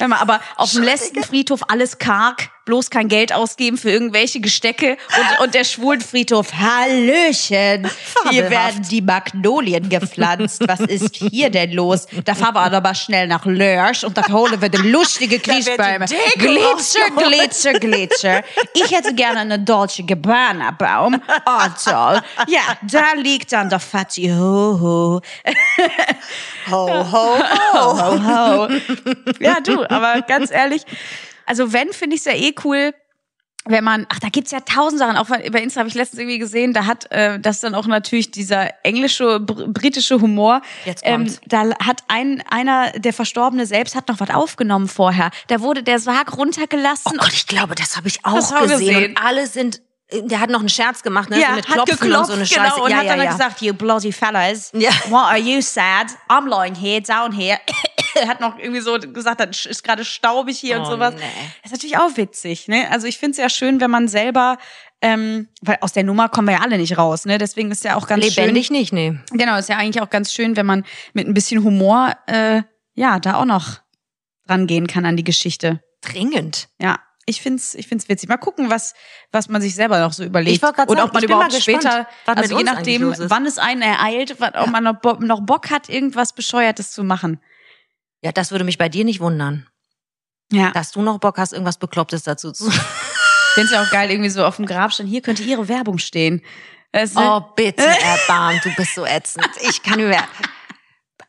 Speaker 3: Hör mal, aber auf dem letzten Friedhof alles karg, bloß kein Geld ausgeben für irgendwelche Gestecke und, und der Schwulenfriedhof, Hallöchen, hier
Speaker 2: Fabelhaft.
Speaker 3: werden die Magnolien gepflanzt, was ist hier denn los? Da fahren wir auch noch mal schnell nach Lörsch und dann holen wir die lustige Kriechbäume. Glitzer, Glitzer, Glitzer. Ich hätte gerne einen deutschen Gebernerbaum. Oh toll. Ja, da liegt dann der Fatih, ho, ho.
Speaker 2: Ho, ho, ho.
Speaker 3: Ho, ho.
Speaker 2: [LAUGHS]
Speaker 3: ja, du, aber ganz ehrlich, also wenn, finde ich es ja eh cool, wenn man, ach, da gibt's ja tausend Sachen, auch bei Insta habe ich letztens irgendwie gesehen, da hat äh, das dann auch natürlich dieser englische, br britische Humor. Ähm,
Speaker 2: Jetzt kommt's.
Speaker 3: da hat ein, einer, der Verstorbene selbst, hat noch was aufgenommen vorher. Da wurde der Sarg runtergelassen.
Speaker 2: Oh Gott, ich glaube, das habe ich
Speaker 3: Das
Speaker 2: auch
Speaker 3: haben wir
Speaker 2: gesehen.
Speaker 3: gesehen.
Speaker 2: Und alle sind, der hat noch einen Scherz gemacht, ne?
Speaker 3: Ja,
Speaker 2: so mit
Speaker 3: hat
Speaker 2: Klopfen und
Speaker 3: geklopft,
Speaker 2: so eine
Speaker 3: genau,
Speaker 2: Scheiße.
Speaker 3: und
Speaker 2: ja,
Speaker 3: hat
Speaker 2: ja,
Speaker 3: dann
Speaker 2: ja.
Speaker 3: gesagt, you bloody fellas,
Speaker 2: Ja.
Speaker 3: what are you sad? I'm lying here, down here. [LAUGHS] hat noch irgendwie so gesagt, das ist gerade staubig hier und
Speaker 2: Oh,
Speaker 3: sowas.
Speaker 2: nee.
Speaker 3: Das ist natürlich auch witzig, ne? Also ich finde es ja schön, wenn man selber, ähm, weil aus der Nummer kommen wir ja alle nicht raus, ne? Deswegen ist ja auch ganz
Speaker 2: Lebendig nicht, nee.
Speaker 3: schön. Genau, ist ja eigentlich auch ganz schön, wenn man mit ein bisschen Humor, äh, ja, da auch noch rangehen kann an die Geschichte.
Speaker 2: Dringend.
Speaker 3: Ja, ich find's, ich find's witzig. Mal gucken, was, was man sich selber noch so überlegt.
Speaker 2: Ich wollt grad
Speaker 3: Und
Speaker 2: sagen,
Speaker 3: ob man
Speaker 2: ich bin
Speaker 3: überhaupt
Speaker 2: mal gespannt,
Speaker 3: später,
Speaker 2: was mit
Speaker 3: also je
Speaker 2: uns eigentlich
Speaker 3: nachdem,
Speaker 2: los ist.
Speaker 3: wann es einen ereilt, was, ob man noch, Bo- noch Bock hat, irgendwas Bescheuertes zu machen.
Speaker 2: Ja, das würde mich bei dir nicht wundern.
Speaker 3: Ja.
Speaker 2: Dass du noch Bock hast, irgendwas Beklopptes dazu zu.
Speaker 3: Ich find's ja auch geil, irgendwie so auf dem Grabstein. Hier könnte ihre Werbung stehen. Weißt du?
Speaker 2: [LAUGHS] Oh, bitte, erbarm, du bist so ätzend. Ich kann nicht mehr.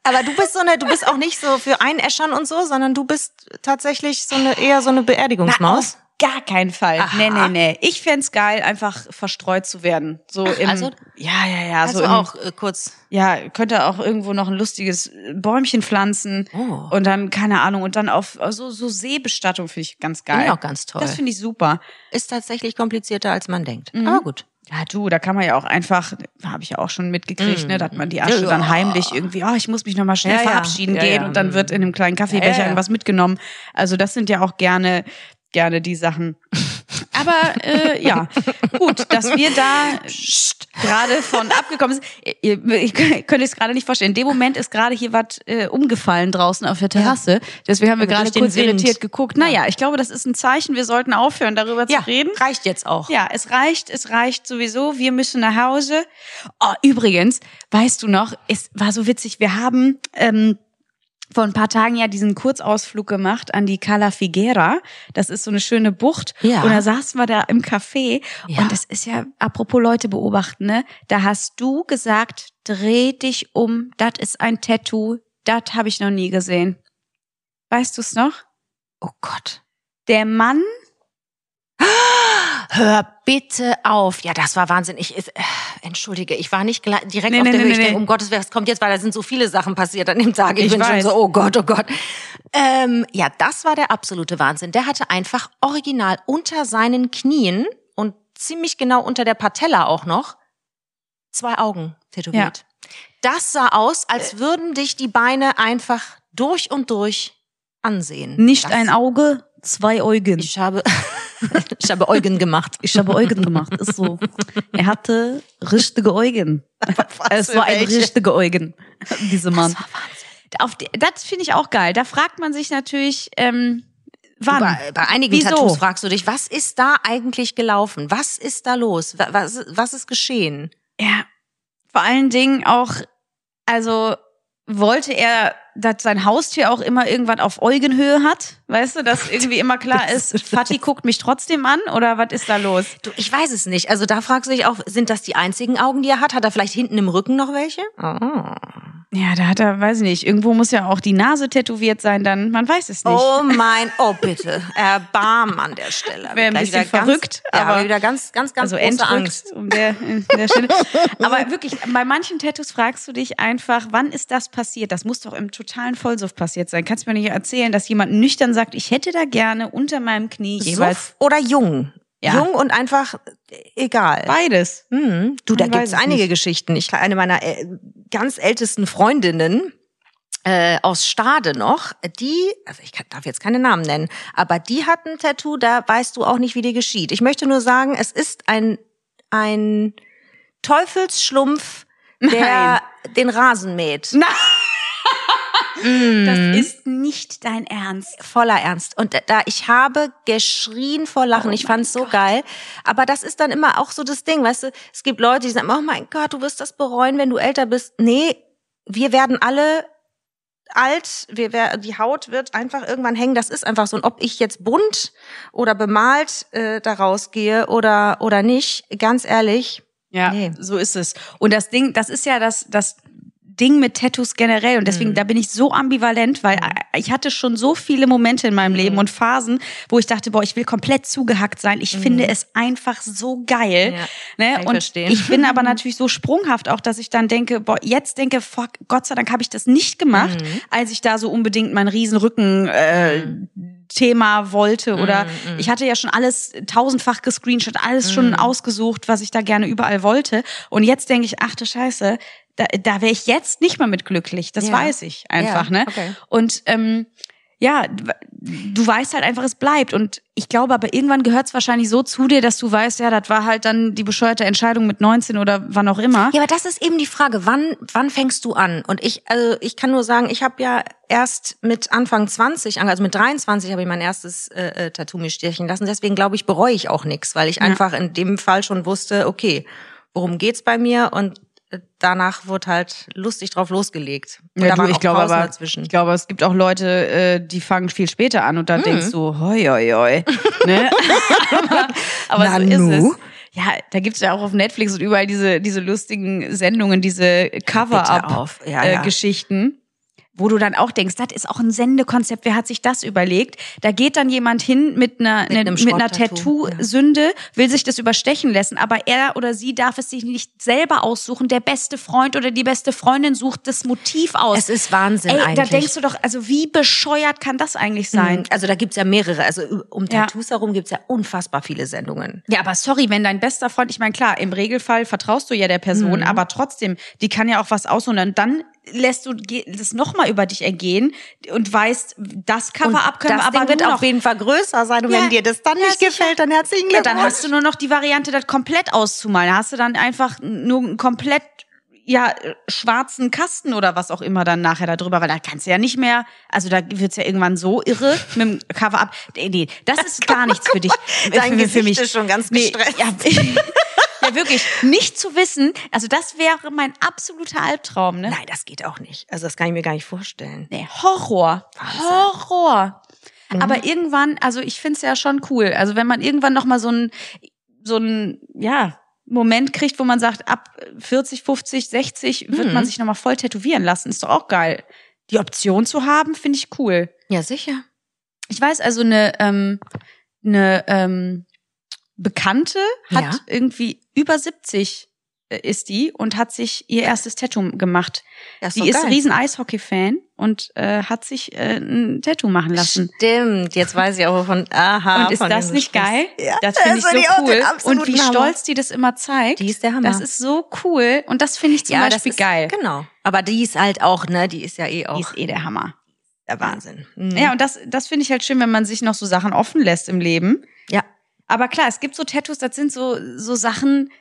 Speaker 2: Aber du bist so eine, du bist auch nicht so für Einäschern und so, sondern du bist tatsächlich so eine, eher so eine Beerdigungsmaus.
Speaker 3: Gar keinen Fall.
Speaker 2: Aha.
Speaker 3: Nee, nee, nee. Ich fänd's geil, einfach verstreut zu werden. So im,
Speaker 2: also-
Speaker 3: ja, ja, ja.
Speaker 2: Also,
Speaker 3: so im,
Speaker 2: auch äh, kurz.
Speaker 3: Ja, könnte auch irgendwo noch ein lustiges Bäumchen pflanzen.
Speaker 2: Oh.
Speaker 3: Und dann, keine Ahnung, und dann auf so, so Seebestattung finde ich ganz geil.
Speaker 2: Finde ich auch ganz toll.
Speaker 3: Das finde ich super.
Speaker 2: Ist tatsächlich komplizierter, als man denkt. Aber gut.
Speaker 3: Ja, du, da kann man ja auch einfach, habe ich ja auch schon mitgekriegt, ne, dass man die Asche
Speaker 2: Mm. Ja.
Speaker 3: dann heimlich irgendwie, oh, ich muss mich nochmal schnell
Speaker 2: Ja, ja.
Speaker 3: verabschieden
Speaker 2: Ja,
Speaker 3: gehen
Speaker 2: ja.
Speaker 3: und dann wird in einem kleinen Kaffeebecher
Speaker 2: Ja, ja.
Speaker 3: irgendwas mitgenommen. Also das sind ja auch gerne, gerne die Sachen. Aber äh, ja, gut, dass wir da gerade von abgekommen sind. Ihr, ihr ich könnt es gerade nicht vorstellen. In dem Moment ist gerade hier was äh, umgefallen draußen auf der Terrasse. Deswegen haben wir
Speaker 2: Aber
Speaker 3: gerade
Speaker 2: durch den
Speaker 3: kurz
Speaker 2: Wind.
Speaker 3: irritiert geguckt. Naja, ich glaube, das ist ein Zeichen. Wir sollten aufhören, darüber zu reden.
Speaker 2: reicht jetzt auch.
Speaker 3: Ja, es reicht, es reicht sowieso. Wir müssen nach Hause. Oh, übrigens, weißt du noch, es war so witzig, wir haben ähm, vor ein paar Tagen ja diesen Kurzausflug gemacht an die Cala Figuera. Das ist so eine schöne Bucht.
Speaker 2: Ja.
Speaker 3: Und da saßen wir da im Café. Und das ist ja, apropos Leute beobachten, ne? Da hast du gesagt, dreh dich um, das ist ein Tattoo, das habe ich noch nie gesehen. Weißt du es noch?
Speaker 2: Oh Gott.
Speaker 3: Der Mann,
Speaker 2: Hör bitte auf. Ja, das war Wahnsinn. Ich, ich- äh, entschuldige, ich war nicht gla- direkt
Speaker 3: Nee,
Speaker 2: auf
Speaker 3: nee, nee,
Speaker 2: der Höhe. Ich
Speaker 3: nee,
Speaker 2: denke,
Speaker 3: nee.
Speaker 2: um Gottes Willen, was kommt jetzt, weil da sind so viele Sachen passiert an dem Tag. Ich,
Speaker 3: Ich
Speaker 2: bin
Speaker 3: weiß.
Speaker 2: schon so, oh Gott, oh Gott. Ähm, ja, das war der absolute Wahnsinn. Der hatte einfach original unter seinen Knien und ziemlich genau unter der Patella auch noch zwei Augen tätowiert. Das sah aus, als würden dich die Beine einfach durch und durch ansehen.
Speaker 1: Nicht
Speaker 2: das,
Speaker 1: ein Auge, zwei Eugen.
Speaker 2: Ich habe, [LAUGHS] ich habe Eugen gemacht.
Speaker 1: Ich habe Eugen gemacht, ist so. Er hatte richtige Eugen. Es
Speaker 2: für
Speaker 1: war ein
Speaker 2: welche?
Speaker 1: richtiger Eugen, dieser Mann.
Speaker 3: auf die, das finde ich auch geil. Da fragt man sich natürlich, ähm, wann?
Speaker 2: Bei, bei einigen
Speaker 3: Wieso?
Speaker 2: Tattoos fragst du dich, was ist da eigentlich gelaufen? Was ist da los? Wa- Was, was ist geschehen?
Speaker 3: Ja, vor allen Dingen auch, also wollte er, dass sein Haustier auch immer irgendwann auf Eugenhöhe hat, weißt du, dass irgendwie immer klar ist, [LAUGHS] Fatih guckt mich trotzdem an oder was ist da los?
Speaker 2: Du, ich weiß es nicht. Also da fragst du dich auch, sind das die einzigen Augen, die er hat? Hat er vielleicht hinten im Rücken noch welche?
Speaker 3: Oh, Ja, da hat er, weiß ich nicht, irgendwo muss ja auch die Nase tätowiert sein, dann, man weiß es nicht.
Speaker 2: Oh mein, oh bitte, erbarm an der Stelle.
Speaker 3: Wär ein
Speaker 2: Gleich
Speaker 3: bisschen
Speaker 2: wieder ganz-
Speaker 3: verrückt,
Speaker 2: ja,
Speaker 3: aber-
Speaker 2: wieder ganz, ganz, ganz
Speaker 3: also
Speaker 2: große Angst.
Speaker 3: Endrückt um der, in der
Speaker 2: [LAUGHS]
Speaker 3: Stelle. Aber wirklich, bei manchen Tattoos fragst du dich einfach, wann ist das passiert? Das muss doch im totalen Vollsuff passiert sein. Kannst du mir nicht erzählen, dass jemand nüchtern sagt, ich hätte da gerne unter meinem Knie jeweils
Speaker 2: Suff oder jung.
Speaker 3: Ja.
Speaker 2: Jung und einfach äh, egal.
Speaker 3: beides.
Speaker 2: Hm, du, da
Speaker 3: Man
Speaker 2: gibt's
Speaker 3: weiß es
Speaker 2: einige
Speaker 3: nicht.
Speaker 2: Geschichten. Ich eine meiner äh, ganz ältesten Freundinnen äh, aus Stade noch, die, also ich kann, darf jetzt keine Namen nennen, aber die hat ein Tattoo, da weißt du auch nicht, wie dir geschieht. Ich möchte nur sagen, es ist ein, ein Teufelsschlumpf, der den Rasen mäht.
Speaker 3: Nein. Das ist nicht dein Ernst.
Speaker 2: voller Ernst. Und da ich habe geschrien vor Lachen. ich fand's so geil. Aber das ist dann immer auch so das Ding, weißt du, es gibt Leute, die sagen, oh mein Gott, du wirst das bereuen, wenn du älter bist. Nee, wir werden alle alt, wir, wer, die Haut wird einfach irgendwann hängen. Das ist einfach so. Und ob ich jetzt bunt oder bemalt äh, da rausgehe oder, oder nicht, ganz ehrlich,
Speaker 3: Ja,
Speaker 2: Nee.
Speaker 3: so ist es. Und das Ding, das ist ja das, das Ding mit Tattoos generell. Und
Speaker 2: Mhm.
Speaker 3: deswegen, da bin ich so ambivalent, weil äh, ich hatte schon so viele Momente in meinem
Speaker 2: Mhm.
Speaker 3: Leben und Phasen, wo ich dachte, boah, ich will komplett zugehackt sein. Ich finde es einfach so geil.
Speaker 2: Mhm. Ja,
Speaker 3: ne?
Speaker 2: kann ich
Speaker 3: Und
Speaker 2: verstehen.
Speaker 3: ich bin
Speaker 2: [LAUGHS]
Speaker 3: aber natürlich so sprunghaft auch, dass ich dann denke, boah, jetzt denke, fuck, Gott sei Dank habe ich das nicht gemacht,
Speaker 2: Mhm.
Speaker 3: als ich da so unbedingt meinen Riesenrücken äh, Thema wollte oder
Speaker 2: Mhm,
Speaker 3: ich hatte ja schon alles tausendfach gescreenshot, alles schon ausgesucht, was ich da gerne überall wollte. Und jetzt denke ich, ach du Scheiße, da, da wäre ich jetzt nicht mal mit glücklich. Das
Speaker 2: Ja.
Speaker 3: weiß ich einfach,
Speaker 2: Ja,
Speaker 3: ne?
Speaker 2: okay.
Speaker 3: Und ähm, ja, du weißt halt einfach, es bleibt. Und ich glaube, aber irgendwann gehört es wahrscheinlich so zu dir, dass du weißt, ja, das war halt dann die bescheuerte Entscheidung mit 19 oder wann auch immer.
Speaker 2: Ja, aber das ist eben die Frage, wann wann fängst du an? Und ich also ich kann nur sagen, ich habe ja erst mit Anfang 20, ange- also mit 23 habe ich mein erstes äh, äh, Tattoo mir stechen lassen, deswegen glaube ich, bereue ich auch nichts, weil ich einfach in dem Fall schon wusste, okay, worum geht's bei mir und äh, danach wurde halt lustig drauf losgelegt. Und da waren auch Pausen dazwischen.
Speaker 3: ich glaube, es gibt auch Leute, äh, die fangen viel später an und da denkst du, hoi, hoi, [LAUGHS] hoi. ne? aber aber so ist
Speaker 2: Nanu?
Speaker 3: es. Ja, da gibt's ja auch auf Netflix und überall diese, diese lustigen Sendungen, diese äh,
Speaker 2: Bitte
Speaker 3: Cover-Up-Geschichten.
Speaker 2: auf. Ja, ja.
Speaker 3: wo du dann auch denkst, das ist auch ein Sendekonzept, wer hat sich das überlegt? Da geht dann jemand hin mit einer, ne,
Speaker 2: einem
Speaker 3: mit einer
Speaker 2: Schrott-Tattoo,
Speaker 3: Tattoo-Sünde, will sich das überstechen lassen, aber er oder sie darf es sich nicht selber aussuchen. Der beste Freund oder die beste Freundin sucht das Motiv aus.
Speaker 2: Es ist Wahnsinn
Speaker 3: Ey,
Speaker 2: eigentlich.
Speaker 3: da denkst du doch, also wie bescheuert kann das eigentlich sein?
Speaker 2: also da gibt's ja mehrere, also um
Speaker 3: Ja.
Speaker 2: Tattoos herum gibt's ja unfassbar viele Sendungen.
Speaker 3: Ja, aber sorry, wenn dein bester Freund, ich meine, klar, im Regelfall vertraust du ja der
Speaker 2: Mhm.
Speaker 3: Person, aber trotzdem, die kann ja auch was ausholen und dann lässt du ge- das nochmal über dich ergehen und weißt, das
Speaker 2: Und
Speaker 3: Cover-Up können
Speaker 2: das
Speaker 3: wir aber
Speaker 2: Ding wird
Speaker 3: nur
Speaker 2: auf
Speaker 3: noch
Speaker 2: jeden Fall größer sein und
Speaker 3: Ja.
Speaker 2: wenn dir das dann
Speaker 3: Ja,
Speaker 2: nicht
Speaker 3: sicher.
Speaker 2: gefällt, dann herzlichen
Speaker 3: Ja,
Speaker 2: Glückwunsch.
Speaker 3: dann hast du nur noch die Variante, das komplett auszumalen. Da Hast du dann einfach nur einen komplett ja äh, schwarzen Kasten oder was auch immer dann nachher da drüber, weil da kannst du ja nicht mehr, also da wird's ja irgendwann so irre mit dem Cover
Speaker 2: [LAUGHS]
Speaker 3: up. Nee, nee, das ist gar nichts für dich.
Speaker 2: Dein
Speaker 3: für, für
Speaker 2: Gesicht
Speaker 3: mich
Speaker 2: [LAUGHS] ist schon ganz gestresst.
Speaker 3: ja. Ja, wirklich. Nicht zu wissen, also das wäre mein absoluter Albtraum, ne?
Speaker 2: Nein, das geht auch nicht. Also das kann ich mir gar nicht vorstellen.
Speaker 3: Nee, Horror. Horror. Aber irgendwann, also ich find's ja schon cool. Also wenn man irgendwann nochmal so ein, so ein, ja, Moment kriegt, wo man sagt, ab 40, 50, 60 wird man sich nochmal voll tätowieren lassen. Ist doch auch geil. Die Option zu haben, finde ich cool.
Speaker 2: Ja, sicher.
Speaker 3: Ich weiß also, eine, ähm, eine ähm, Bekannte hat
Speaker 2: Ja.
Speaker 3: irgendwie über 70 ist die und hat sich ihr erstes Tattoo gemacht.
Speaker 2: Das
Speaker 3: Die ist ein riesen Eishockey-Fan und äh, hat sich äh, ein Tattoo machen lassen.
Speaker 2: Stimmt, jetzt weiß ich auch wovon. Aha.
Speaker 3: und ist
Speaker 2: Ah, von
Speaker 3: das
Speaker 2: dem
Speaker 3: nicht
Speaker 2: du sprichst.
Speaker 3: geil?
Speaker 2: Ja,
Speaker 3: das finde ich
Speaker 2: find
Speaker 3: so
Speaker 2: auch den
Speaker 3: cool. Und
Speaker 2: absoluten
Speaker 3: wie
Speaker 2: Hammer.
Speaker 3: stolz die das immer zeigt.
Speaker 2: Die ist der Hammer.
Speaker 3: das ist so cool. Und das finde ich zum
Speaker 2: ja,
Speaker 3: Beispiel
Speaker 2: das ist,
Speaker 3: geil.
Speaker 2: Genau. Aber die ist halt auch, ne? Die ist ja eh auch
Speaker 3: Die ist eh der Hammer.
Speaker 2: der Wahnsinn. Mhm.
Speaker 3: Ja, und das, das finde ich halt schön, wenn man sich noch so Sachen offen lässt im Leben.
Speaker 2: Ja.
Speaker 3: Aber klar, es gibt so Tattoos, das sind so, so Sachen,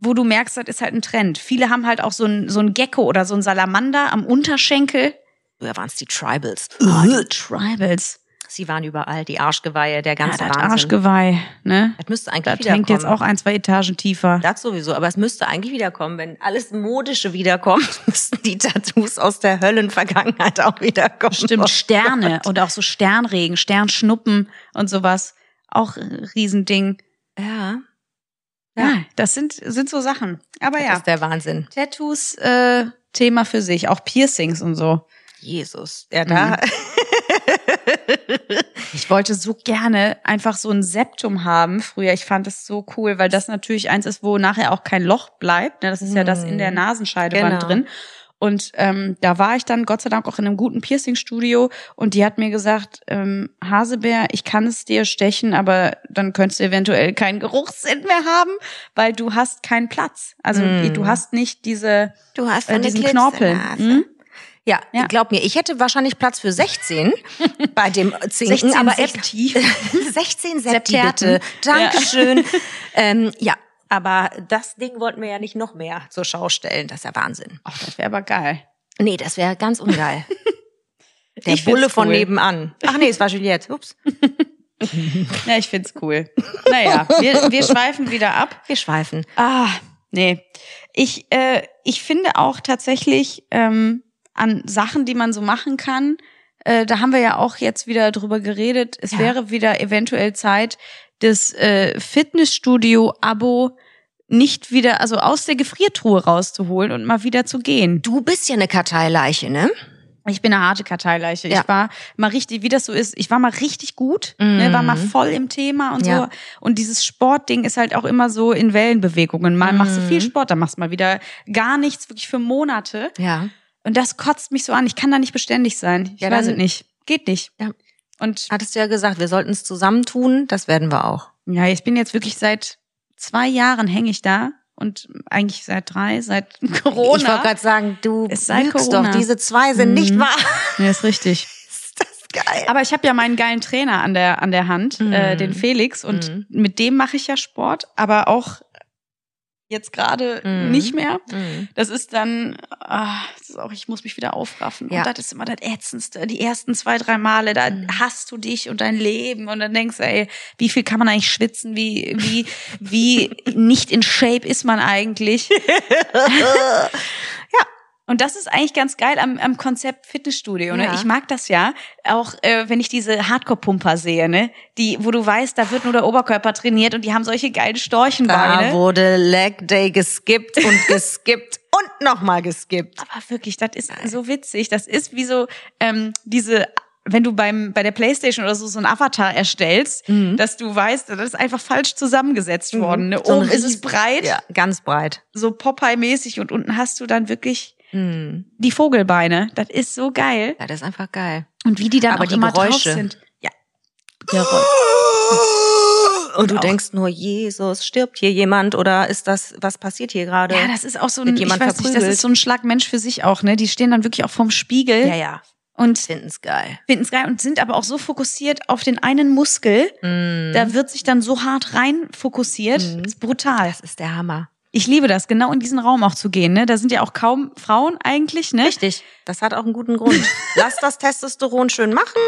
Speaker 3: wo du merkst, das ist halt ein Trend. Viele haben halt auch so ein, so ein Gecko oder so ein Salamander am Unterschenkel.
Speaker 2: Früher waren es die Tribals.
Speaker 3: Oh, die Tribals.
Speaker 2: Sie waren überall, die Arschgeweihe, der
Speaker 3: Ja,
Speaker 2: ganze
Speaker 3: das
Speaker 2: Wahnsinn.
Speaker 3: Arschgeweih, ne?
Speaker 2: das müsste
Speaker 3: Da
Speaker 2: eigentlich
Speaker 3: hängt jetzt auch ein, zwei Etagen
Speaker 2: [LAUGHS]
Speaker 3: tiefer.
Speaker 2: Das sowieso, aber es müsste eigentlich wiederkommen. Wenn alles Modische wiederkommt, [LAUGHS] müssten die Tattoos aus der Höllenvergangenheit auch wiederkommen.
Speaker 3: Stimmt, Sterne und auch so Sternregen, Sternschnuppen und sowas. Auch ein Riesending.
Speaker 2: Oh, Ja,
Speaker 3: Ja,
Speaker 2: Ja.
Speaker 3: das sind, sind so Sachen. Aber
Speaker 2: das
Speaker 3: Oh ja,
Speaker 2: ist der Wahnsinn.
Speaker 3: Tattoos, äh, Thema für sich, auch Piercings und so.
Speaker 2: Jesus. Ja,
Speaker 3: Mhm.
Speaker 2: da.
Speaker 3: Ich wollte so gerne einfach so ein Septum haben früher. Ich fand das so cool, weil das natürlich eins ist, wo nachher auch kein Loch bleibt. ne? Das ist ja das in der Nasenscheidewand
Speaker 2: Genau.
Speaker 3: drin. Und ähm, da war ich dann Gott sei Dank auch in einem guten Piercing-Studio und die hat mir gesagt, ähm, Hasebär, ich kann es dir stechen, aber dann könntest du eventuell keinen Geruchssinn mehr haben, weil du hast keinen Platz. Also
Speaker 2: Mm.
Speaker 3: du hast nicht diese,
Speaker 2: Du hast
Speaker 3: äh,
Speaker 2: eine
Speaker 3: diesen
Speaker 2: Klitze-
Speaker 3: Knorpel.
Speaker 2: Nase.
Speaker 3: Hm?
Speaker 2: Ja,
Speaker 3: Ja.
Speaker 2: glaub mir, ich hätte wahrscheinlich Platz
Speaker 3: [LAUGHS]
Speaker 2: für 16 bei dem Zinken,
Speaker 3: 16
Speaker 2: aber
Speaker 3: Septi.
Speaker 2: [LAUGHS] 16 Septi
Speaker 3: Septiaten.
Speaker 2: bitte.
Speaker 3: [LAUGHS]
Speaker 2: Dankeschön. Ja. ähm, ja, aber das Ding wollten wir ja nicht noch mehr zur Schau stellen. Das ist ja Wahnsinn.
Speaker 3: Ach, das wäre aber geil.
Speaker 2: Nee, das wäre
Speaker 3: [LAUGHS]
Speaker 2: ganz ungeil. Der
Speaker 3: Ich find's
Speaker 2: Bulle von
Speaker 3: cool.
Speaker 2: nebenan. Ach nee, es war Juliette. Ups.
Speaker 3: Ja, ich find's
Speaker 2: [LAUGHS]
Speaker 3: cool. Naja, wir, wir schweifen wieder ab.
Speaker 2: Wir schweifen.
Speaker 3: Ah, nee. Ich, äh, ich finde auch tatsächlich ähm, an Sachen, die man so machen kann, äh, da haben wir ja auch jetzt wieder drüber geredet, es
Speaker 2: Ja.
Speaker 3: wäre wieder eventuell Zeit, das äh, Fitnessstudio-Abo nicht wieder, also aus der Gefriertruhe rauszuholen und mal wieder zu gehen.
Speaker 2: Du bist ja eine Karteileiche, ne?
Speaker 3: Ich bin eine harte Karteileiche.
Speaker 2: Ja.
Speaker 3: Ich war mal richtig, wie das so ist, ich war mal richtig gut, ne,
Speaker 2: Mhm.
Speaker 3: war mal voll im Thema und so.
Speaker 2: Ja.
Speaker 3: Und dieses Sportding ist halt auch immer so in Wellenbewegungen. Mal machst
Speaker 2: Mhm.
Speaker 3: du viel Sport, dann machst du mal wieder gar nichts, wirklich für Monate.
Speaker 2: Ja.
Speaker 3: Und das kotzt mich so an. Ich kann da nicht beständig sein. Ich
Speaker 2: Ja,
Speaker 3: weiß
Speaker 2: dann-
Speaker 3: es nicht. Geht nicht.
Speaker 2: Ja.
Speaker 3: Und
Speaker 2: Hattest du ja gesagt, wir sollten es zusammentun. Das werden wir auch.
Speaker 3: ja, ich bin jetzt wirklich seit zwei Jahren hänge ich da und eigentlich seit drei, seit Corona.
Speaker 2: Ich wollte gerade sagen, du
Speaker 3: Es sei
Speaker 2: lügst
Speaker 3: Corona.
Speaker 2: doch. Diese zwei sind
Speaker 3: Mhm.
Speaker 2: nicht wahr. [LAUGHS]
Speaker 3: Nee, ist richtig.
Speaker 2: Ist das geil.
Speaker 3: Aber ich habe ja meinen geilen Trainer an der, an der Hand,
Speaker 2: Mhm.
Speaker 3: äh, den Felix, und
Speaker 2: Mhm.
Speaker 3: mit dem mache ich ja Sport, aber auch jetzt gerade
Speaker 2: Mhm.
Speaker 3: nicht mehr.
Speaker 2: Mhm.
Speaker 3: Das ist dann, ah, das ist auch, ich muss mich wieder aufraffen.
Speaker 2: Ja.
Speaker 3: Und das ist immer das Ätzendste. Die ersten zwei, drei Male, da
Speaker 2: Mhm.
Speaker 3: hasst du dich und dein Leben und dann denkst du, ey, wie viel kann man eigentlich schwitzen? Wie, wie, wie nicht in Shape ist man
Speaker 2: [LAUGHS]
Speaker 3: eigentlich? Und das ist eigentlich ganz geil am, am Konzept Fitnessstudio. Ne?
Speaker 2: Ja.
Speaker 3: Ich mag das ja. Auch äh, wenn ich diese Hardcore-Pumper sehe, ne? Die, wo du weißt, da wird nur der Oberkörper trainiert und die haben solche geilen
Speaker 2: Da
Speaker 3: Storchenbeine.
Speaker 2: wurde Leg Day
Speaker 3: [LAUGHS]
Speaker 2: geskippt und geskippt und nochmal geskippt.
Speaker 3: Aber wirklich, das ist so witzig. Das ist wie so ähm, diese, wenn du beim bei der Playstation oder so so einen Avatar erstellst, dass du weißt, das ist einfach falsch zusammengesetzt worden. Ne?
Speaker 2: So ein
Speaker 3: Oben ist es
Speaker 2: Ries-
Speaker 3: breit,
Speaker 2: Ja, ganz breit.
Speaker 3: so Popeye-mäßig und unten hast du dann wirklich
Speaker 2: Mhm.
Speaker 3: die Vogelbeine. Das ist so geil.
Speaker 2: Ja, das ist einfach geil.
Speaker 3: Und wie die dann
Speaker 2: Aber
Speaker 3: auch
Speaker 2: die
Speaker 3: immer
Speaker 2: Geräusche.
Speaker 3: drauf sind. Ja. Geräusche.
Speaker 2: Und du
Speaker 3: Ah! Auch.
Speaker 2: denkst nur, Jesus, stirbt hier jemand oder ist das, was passiert hier gerade?
Speaker 3: Ja, das ist auch so ein,
Speaker 2: Wird
Speaker 3: ich
Speaker 2: jemand
Speaker 3: weiß nicht, das
Speaker 2: verprügelt?
Speaker 3: ist so ein Schlag Mensch für sich auch, ne? Die stehen dann wirklich auch vorm Spiegel
Speaker 2: ja, ja.
Speaker 3: und
Speaker 2: Finden's geil.
Speaker 3: finden es geil und sind aber auch so fokussiert auf den einen Muskel,
Speaker 2: Mhm.
Speaker 3: da wird sich dann so hart rein fokussiert.
Speaker 2: Mhm.
Speaker 3: Ist brutal.
Speaker 2: Das ist der Hammer.
Speaker 3: Ich liebe das, genau in diesen Raum auch zu gehen. Ne? Da sind ja auch kaum Frauen eigentlich. Ne?
Speaker 2: Richtig. Das hat auch einen guten Grund. Lass das Testosteron schön machen.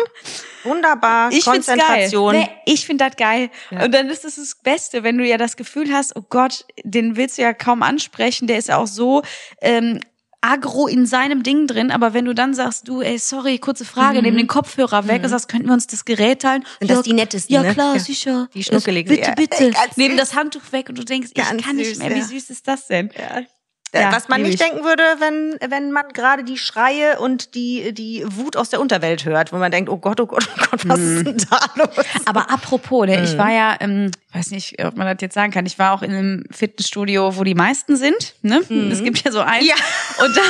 Speaker 2: Wunderbar.
Speaker 3: Ich find's
Speaker 2: Konzentration.
Speaker 3: Geil. Nee, ich finde das geil.
Speaker 2: Ja.
Speaker 3: Und dann ist es das Beste, wenn du ja das Gefühl hast, oh Gott, den willst du ja kaum ansprechen, der ist ja auch so ähm, agro in seinem Ding drin. Aber wenn du dann sagst, du, ey, sorry, kurze Frage,
Speaker 2: Mhm.
Speaker 3: nimm den Kopfhörer weg und sagst, könnten wir uns das Gerät teilen?
Speaker 2: Sind das die nettesten,
Speaker 3: Ja,
Speaker 2: ne?
Speaker 3: klar,
Speaker 2: Ja.
Speaker 3: sicher.
Speaker 2: Die schnuckeligen,
Speaker 3: Bitte,
Speaker 2: ja.
Speaker 3: bitte.
Speaker 2: Ganz
Speaker 3: Nimm
Speaker 2: süß.
Speaker 3: das Handtuch weg und du denkst,
Speaker 2: Ganz
Speaker 3: ich kann
Speaker 2: süß,
Speaker 3: nicht mehr.
Speaker 2: ja.
Speaker 3: Wie süß ist das denn?
Speaker 2: Äh,
Speaker 3: Ja,
Speaker 2: Was man
Speaker 3: lieb ich.
Speaker 2: nicht denken würde, wenn, wenn man gerade die Schreie und die, die Wut aus der Unterwelt hört, wo man denkt, oh Gott, oh Gott, oh Gott, was
Speaker 3: Mhm.
Speaker 2: ist denn da los?
Speaker 3: Aber apropos, ne, ich war ja, ähm, ich weiß nicht, ob man das jetzt sagen kann, ich war auch in einem Fitnessstudio, wo die meisten sind. Ne? Es gibt ja so eins.
Speaker 2: Ja.
Speaker 3: Und [LAUGHS] da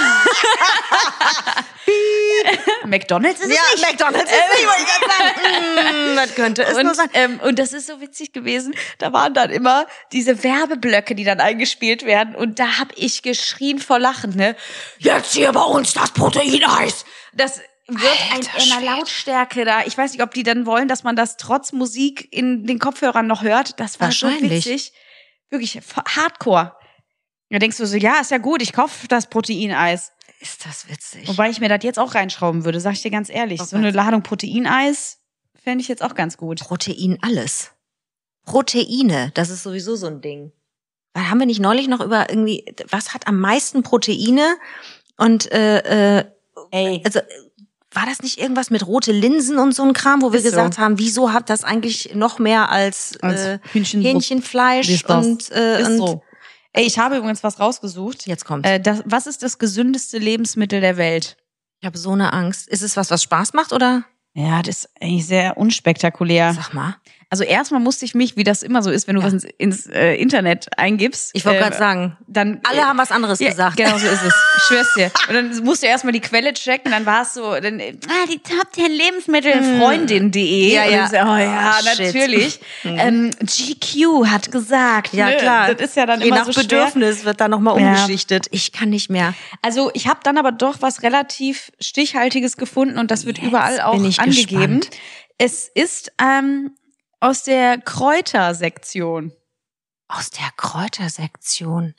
Speaker 3: McDonalds ist
Speaker 2: ja, McDonalds ist nicht, wollte ich gerade
Speaker 3: [LAUGHS]
Speaker 2: sagen. Mm, das könnte es nur
Speaker 3: und,
Speaker 2: sein.
Speaker 3: ähm, und das ist so witzig gewesen. Da waren dann immer diese Werbeblöcke, die dann eingespielt werden. Und da hab ich geschrien vor Lachen, ne? Jetzt hier bei uns das Proteineis. Das wird ein, in einer Lautstärke da. Ich weiß nicht, ob die dann wollen, dass man das trotz Musik in den Kopfhörern noch hört. Das war so
Speaker 2: Wahrscheinlich.
Speaker 3: witzig. Wirklich f- hardcore. Da denkst du so, ja, ist ja gut, ich kaufe das Proteineis.
Speaker 2: Ist das witzig.
Speaker 3: Wobei ich Oh mir das jetzt auch reinschrauben würde, sag ich dir ganz ehrlich.
Speaker 2: Auf
Speaker 3: So eine
Speaker 2: ganz-
Speaker 3: Ladung Proteineis fände ich jetzt auch ganz gut.
Speaker 2: Protein alles. Proteine, das ist sowieso so ein Ding. Weil Haben wir nicht neulich noch über irgendwie, was hat am meisten Proteine? Und äh, äh,
Speaker 3: Ey.
Speaker 2: also äh, war das nicht irgendwas mit rote Linsen und so ein Kram, wo wir
Speaker 3: Ist so.
Speaker 2: gesagt haben, wieso hat das eigentlich noch mehr als,
Speaker 3: Als
Speaker 2: äh,
Speaker 3: Hühnchen-
Speaker 2: Hähnchenfleisch
Speaker 3: Ist das.
Speaker 2: und, äh, und
Speaker 3: Ist so. Ey, ich habe übrigens was rausgesucht.
Speaker 2: jetzt kommt.
Speaker 3: Äh, das, was ist das gesündeste Lebensmittel der Welt?
Speaker 2: ich habe so eine Angst. Ist es was, was Spaß macht oder?
Speaker 3: Ja, das ist eigentlich sehr unspektakulär.
Speaker 2: Sag mal.
Speaker 3: Also erstmal musste ich mich, wie das immer so ist, wenn du
Speaker 2: Ja.
Speaker 3: was ins, ins äh, Internet eingibst.
Speaker 2: Ich wollte
Speaker 3: äh,
Speaker 2: gerade sagen,
Speaker 3: Dann, äh,
Speaker 2: alle haben was anderes
Speaker 3: ja,
Speaker 2: gesagt.
Speaker 3: Genau so ist
Speaker 2: [LAUGHS]
Speaker 3: es. Ich schwör's dir. Und dann musst du erstmal die Quelle checken, dann war es so, dann, äh, ah, die Top 10 Lebensmittelfreundin.de.
Speaker 2: Hm. Ja,
Speaker 3: Und dann
Speaker 2: ja.
Speaker 3: so, oh ja,
Speaker 2: Oh, shit. [LAUGHS]
Speaker 3: natürlich. ähm, GQ hat gesagt.
Speaker 2: Ja,
Speaker 3: ne?
Speaker 2: klar.
Speaker 3: Das ist ja dann
Speaker 2: Je
Speaker 3: immer
Speaker 2: nach
Speaker 3: so schwer.
Speaker 2: Bedürfnis wird da nochmal
Speaker 3: Ja.
Speaker 2: umgeschichtet. Ich kann nicht mehr.
Speaker 3: Also ich habe dann aber doch was relativ stichhaltiges gefunden und das wird
Speaker 2: Jetzt
Speaker 3: überall auch
Speaker 2: bin ich
Speaker 3: angegeben.
Speaker 2: gespannt.
Speaker 3: Es ist ähm, aus der Kräutersektion.
Speaker 2: Aus der Kräutersektion.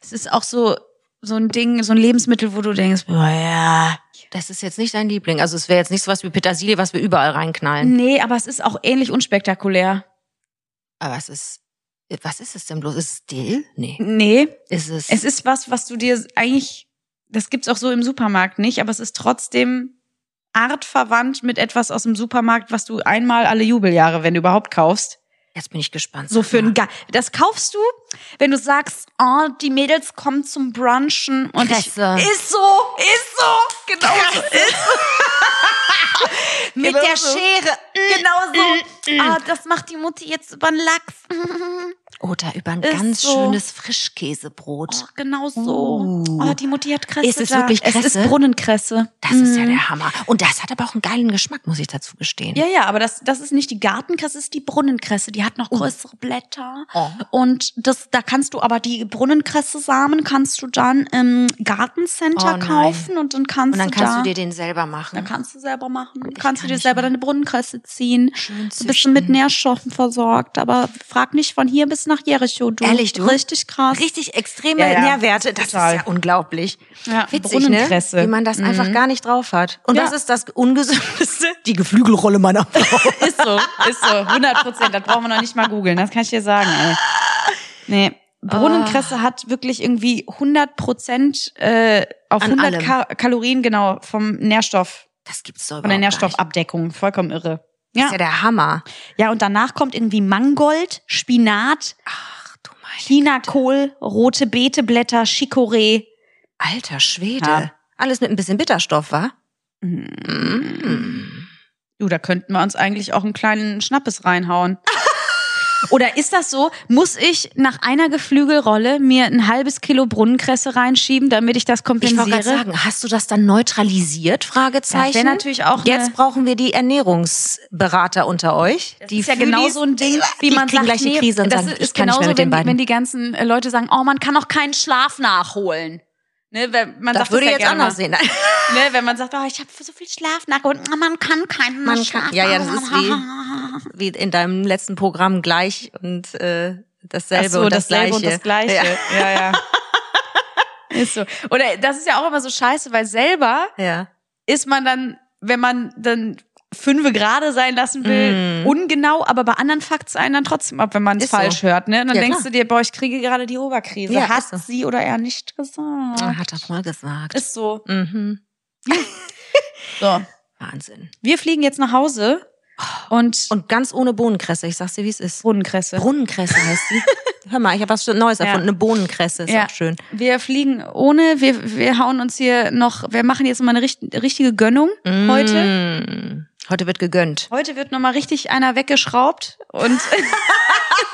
Speaker 3: Es ist auch so so ein Ding, so ein Lebensmittel, wo du denkst, boah, ja.
Speaker 2: Das ist jetzt nicht dein Liebling. Also es wäre jetzt nicht so was wie Petersilie, was wir überall reinknallen.
Speaker 3: nee, aber es ist auch ähnlich unspektakulär.
Speaker 2: Aber es ist. Was ist es denn bloß? Ist es Dill? Nee.
Speaker 3: Nee,
Speaker 2: Ist es.
Speaker 3: es ist was, was du dir eigentlich, das gibt's auch so im Supermarkt nicht, aber es ist trotzdem artverwandt mit etwas aus dem Supermarkt, was du einmal alle Jubeljahre, wenn du überhaupt kaufst.
Speaker 2: jetzt bin ich gespannt.
Speaker 3: So für einen Ge Das kaufst du, wenn du sagst, oh, die Mädels kommen zum Brunchen und ich,
Speaker 2: Kresse.
Speaker 3: ist so, ist so, genau so, ist
Speaker 2: [LAUGHS] Mit
Speaker 3: Genau
Speaker 2: der
Speaker 3: so.
Speaker 2: Schere. Mm,
Speaker 3: genau so. Ah, das macht die Mutti jetzt über den Lachs.
Speaker 2: Oder über ein
Speaker 3: Ist
Speaker 2: ganz
Speaker 3: so.
Speaker 2: schönes Frischkäsebrot.
Speaker 3: Oh, genau so. Oh, die Mutti hat Kresse.
Speaker 2: Ist es
Speaker 3: da.
Speaker 2: wirklich
Speaker 3: Es
Speaker 2: Kresse?
Speaker 3: ist Brunnenkresse.
Speaker 2: Das ist ja der Hammer. Und das hat aber auch einen geilen Geschmack, muss ich dazu gestehen.
Speaker 3: Mhm. Ja, ja, aber das, das ist nicht die Gartenkresse, das ist die Brunnenkresse. Die hat noch größere Blätter.
Speaker 2: Oh.
Speaker 3: Und das, da kannst du aber die Brunnenkresse-Samen kannst du dann im Gartencenter
Speaker 2: Oh nein.
Speaker 3: kaufen und dann kannst
Speaker 2: Und dann
Speaker 3: du
Speaker 2: kannst
Speaker 3: da
Speaker 2: du dir den selber machen.
Speaker 3: Dann kannst du selber machen.
Speaker 2: Ich
Speaker 3: kannst
Speaker 2: kann
Speaker 3: du dir
Speaker 2: nicht
Speaker 3: selber
Speaker 2: mehr.
Speaker 3: deine Brunnenkresse ziehen.
Speaker 2: Schön
Speaker 3: Du bist mit Nährstoffen versorgt, aber frag nicht von hier bis nach Jericho. Du.
Speaker 2: Ehrlich, du?
Speaker 3: Richtig krass.
Speaker 2: richtig extreme
Speaker 3: Ja, ja.
Speaker 2: Nährwerte. Das
Speaker 3: Total.
Speaker 2: ist ja unglaublich.
Speaker 3: Ja,
Speaker 2: Witzig, ne?
Speaker 3: Brunnenkresse.
Speaker 2: Wie man das
Speaker 3: Mhm.
Speaker 2: einfach gar nicht drauf hat. Und
Speaker 3: Ja.
Speaker 2: was ist das Ungesündeste? Die Geflügelrolle meiner Frau.
Speaker 3: [LAUGHS] Ist so, ist so. 100 Prozent. Das brauchen wir noch nicht mal googeln. Das kann ich dir sagen, ey. Nee. Brunnenkresse
Speaker 2: Ah.
Speaker 3: hat wirklich irgendwie 100 Prozent äh, auf
Speaker 2: An
Speaker 3: 100
Speaker 2: allem.
Speaker 3: Ka Kalorien genau vom Nährstoff,
Speaker 2: Das gibt's doch
Speaker 3: von der
Speaker 2: überhaupt gar nicht.
Speaker 3: Nährstoffabdeckung. Vollkommen irre.
Speaker 2: Das ist
Speaker 3: Ja.
Speaker 2: ja der Hammer.
Speaker 3: ja, und danach kommt irgendwie Mangold, Spinat,
Speaker 2: Ach du mein
Speaker 3: Chinakohl, rote Beeteblätter, Chicorée.
Speaker 2: alter Schwede.
Speaker 3: Ja.
Speaker 2: Alles mit ein bisschen Bitterstoff, wa?
Speaker 3: Du, da könnten wir uns eigentlich auch einen kleinen Schnappes reinhauen. [LAUGHS] Oder ist das so? Muss ich nach einer Geflügelrolle mir ein halbes Kilo Brunnenkresse reinschieben, damit ich das
Speaker 2: Ich wollte
Speaker 3: kompensiere?
Speaker 2: gerade sagen, hast du das dann neutralisiert?
Speaker 3: das
Speaker 2: Fragezeichen.
Speaker 3: wäre natürlich auch
Speaker 2: Jetzt
Speaker 3: eine,
Speaker 2: brauchen wir die Ernährungsberater unter euch.
Speaker 3: das
Speaker 2: die
Speaker 3: ist ja
Speaker 2: Fülis.
Speaker 3: genau so ein Ding, wie
Speaker 2: die
Speaker 3: man
Speaker 2: kriegen
Speaker 3: sagt,
Speaker 2: gleich die
Speaker 3: nee,
Speaker 2: Krise und
Speaker 3: das
Speaker 2: sagen,
Speaker 3: ist
Speaker 2: ich kann nicht
Speaker 3: genauso,
Speaker 2: mehr mit
Speaker 3: wenn, die-
Speaker 2: den beiden.
Speaker 3: wenn die ganzen äh, Leute sagen, oh, man kann auch keinen Schlaf nachholen. Ne, wenn, man
Speaker 2: das
Speaker 3: sagt
Speaker 2: würde
Speaker 3: ja
Speaker 2: jetzt
Speaker 3: gerne
Speaker 2: anders
Speaker 3: mal.
Speaker 2: sehen.
Speaker 3: Ne, wenn man sagt, oh, ich habe so viel Schlaf nachgeholt, Ah, man kann keinen
Speaker 2: Man
Speaker 3: Schlaf
Speaker 2: kann, ja, ja, das ist wie, wie in deinem letzten Programm gleich und äh, dasselbe
Speaker 3: Ach so,
Speaker 2: und das
Speaker 3: dasselbe
Speaker 2: gleiche.
Speaker 3: und das Gleiche.
Speaker 2: Ja.
Speaker 3: Ja, ja. [LAUGHS] ist so. Oder das ist ja auch immer so scheiße, weil selber
Speaker 2: ja.
Speaker 3: ist man dann, wenn man dann fünfe gerade sein lassen will, ungenau, aber bei anderen fuckt es einen dann trotzdem ab, wenn man es
Speaker 2: Ist so.
Speaker 3: falsch hört. Ne? Und dann
Speaker 2: Ja,
Speaker 3: denkst
Speaker 2: klar.
Speaker 3: du dir, boah, ich kriege gerade die Oberkrise.
Speaker 2: Ja,
Speaker 3: Hat
Speaker 2: ist so.
Speaker 3: sie oder er nicht gesagt.
Speaker 2: Ah, Hat er mal gesagt.
Speaker 3: Ist so.
Speaker 2: mhm.
Speaker 3: So.
Speaker 2: Wahnsinn.
Speaker 3: Wir fliegen jetzt nach Hause und,
Speaker 2: Und ganz ohne Bohnenkresse. Ich sag's dir, wie es ist.
Speaker 3: Brunnenkresse.
Speaker 2: Brunnenkresse heißt [LAUGHS] sie. Hör mal, ich habe was Neues erfunden. Eine Bohnenkresse ist
Speaker 3: Ja.
Speaker 2: auch schön.
Speaker 3: wir fliegen ohne, wir, wir hauen uns hier noch, wir machen jetzt mal eine richt richtige Gönnung heute.
Speaker 2: Mm. Heute wird gegönnt.
Speaker 3: Heute wird nochmal richtig einer weggeschraubt und
Speaker 2: Ah.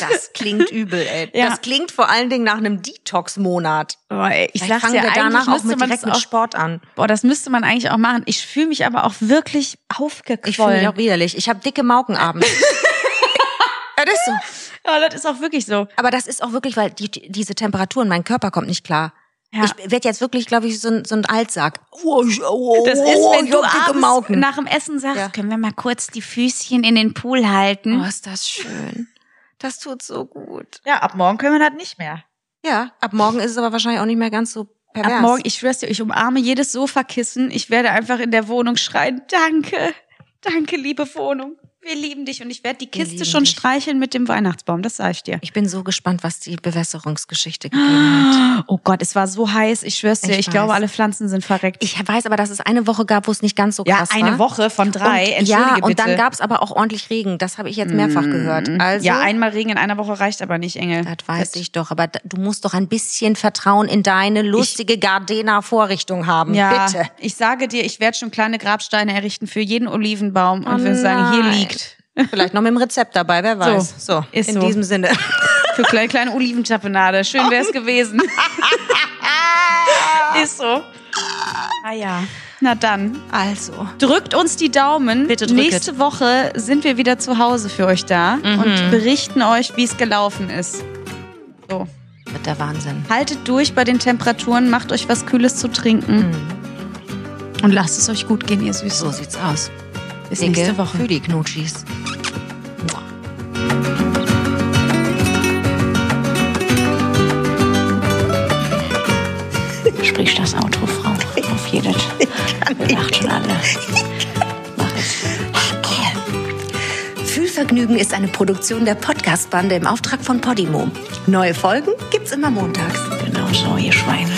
Speaker 2: Das klingt übel, ey.
Speaker 3: Ja.
Speaker 2: Das klingt vor allen Dingen nach einem Detox-Monat.
Speaker 3: [LAUGHS] boah, ey, ich
Speaker 2: Vielleicht
Speaker 3: sag's
Speaker 2: fangen
Speaker 3: ja
Speaker 2: wir danach
Speaker 3: eigentlich
Speaker 2: auch
Speaker 3: müsste
Speaker 2: mit
Speaker 3: man
Speaker 2: direkt
Speaker 3: das
Speaker 2: mit
Speaker 3: auch,
Speaker 2: Sport an.
Speaker 3: boah, das müsste man eigentlich auch machen. Ich fühle mich aber auch wirklich
Speaker 2: Ich fühle mich
Speaker 3: aufgequollen.
Speaker 2: auch widerlich. Ich habe dicke
Speaker 3: [LAUGHS]
Speaker 2: Mauken abends. Ja, das ist so.
Speaker 3: ja, das ist auch wirklich so.
Speaker 2: Aber das ist auch wirklich, weil die, diese Temperaturen, mein Körper kommt nicht klar.
Speaker 3: Ja.
Speaker 2: Ich werde jetzt wirklich, glaube ich, so ein, so ein Altsack. Oh, ich- oh,
Speaker 3: Das ist, wenn
Speaker 2: ich
Speaker 3: du
Speaker 2: hab dicke
Speaker 3: abends
Speaker 2: Mauken.
Speaker 3: nach dem Essen sagst,
Speaker 2: Ja.
Speaker 3: können wir mal kurz die Füßchen in den Pool halten.
Speaker 2: Oh, ist das schön. Das tut so gut.
Speaker 5: Ja, ab morgen können wir das nicht mehr.
Speaker 2: Ja, ab morgen ist es aber wahrscheinlich auch nicht mehr ganz so pervers.
Speaker 3: Ab morgen, ich schwör's dir, ich umarme jedes Sofakissen. Ich werde einfach in der Wohnung schreien, danke, danke, liebe Wohnung. Wir lieben dich und ich werde die
Speaker 2: Wir
Speaker 3: Kiste
Speaker 2: lieben
Speaker 3: schon
Speaker 2: dich.
Speaker 3: streicheln mit dem Weihnachtsbaum, das sag ich dir.
Speaker 2: ich bin so gespannt, was die Bewässerungsgeschichte
Speaker 3: [GASPS]
Speaker 2: gegeben hat.
Speaker 3: Oh Gott, es war so heiß, ich schwör's dir,
Speaker 2: Ich
Speaker 3: ich, glaube,
Speaker 2: weiß.
Speaker 3: alle Pflanzen sind verreckt.
Speaker 2: Ich weiß aber, dass es eine Woche gab, wo es nicht ganz so
Speaker 3: ja,
Speaker 2: krass war.
Speaker 3: eine Woche von drei,
Speaker 2: und,
Speaker 3: entschuldige
Speaker 2: Ja,
Speaker 3: bitte. Mhm.
Speaker 2: und dann gab es aber auch ordentlich Regen. Das habe ich jetzt mehrfach gehört. Also,
Speaker 3: ja, einmal Regen in einer Woche reicht aber nicht, Engel.
Speaker 2: das weiß ich doch. Aber da- du musst doch ein bisschen Vertrauen in deine lustige Gardena-Vorrichtung haben.
Speaker 3: Ja,
Speaker 2: Bitte.
Speaker 3: ich sage dir, ich werde schon kleine Grabsteine errichten für jeden Olivenbaum und wir sagen, hier
Speaker 2: Oh nein.
Speaker 3: liegt.
Speaker 2: Vielleicht noch mit dem Rezept dabei, wer weiß. So,
Speaker 3: ist so.
Speaker 2: in diesem Sinne.
Speaker 3: Für kleine, kleine Oliventapenade.
Speaker 2: Oh
Speaker 3: Schön wär's
Speaker 2: [LAUGHS]
Speaker 3: gewesen. Ist so. Ah ja. Na dann.
Speaker 2: Also.
Speaker 3: Drückt uns die Daumen.
Speaker 2: Bitte drücket.
Speaker 3: Nächste Woche sind wir wieder zu Hause für euch da
Speaker 2: Mhm.
Speaker 3: und berichten euch, wie es gelaufen ist. So.
Speaker 2: Wird der Wahnsinn.
Speaker 3: Haltet durch bei den Temperaturen, macht euch was Kühles zu trinken. Mhm. Und lasst es euch gut gehen, ihr Süßen.
Speaker 2: So sieht's aus.
Speaker 3: Bis
Speaker 2: Dicke
Speaker 3: nächste Woche.
Speaker 2: Für die Knutschis. Mua.
Speaker 6: Sprich das Auto, Frau. Auf jedes. Wir macht schon alle.
Speaker 7: Fühlvergnügen ist eine Produktion der Podcast-Bande im Auftrag von Podimo. Neue Folgen gibt's immer montags.
Speaker 6: Genau so, ihr Schweine.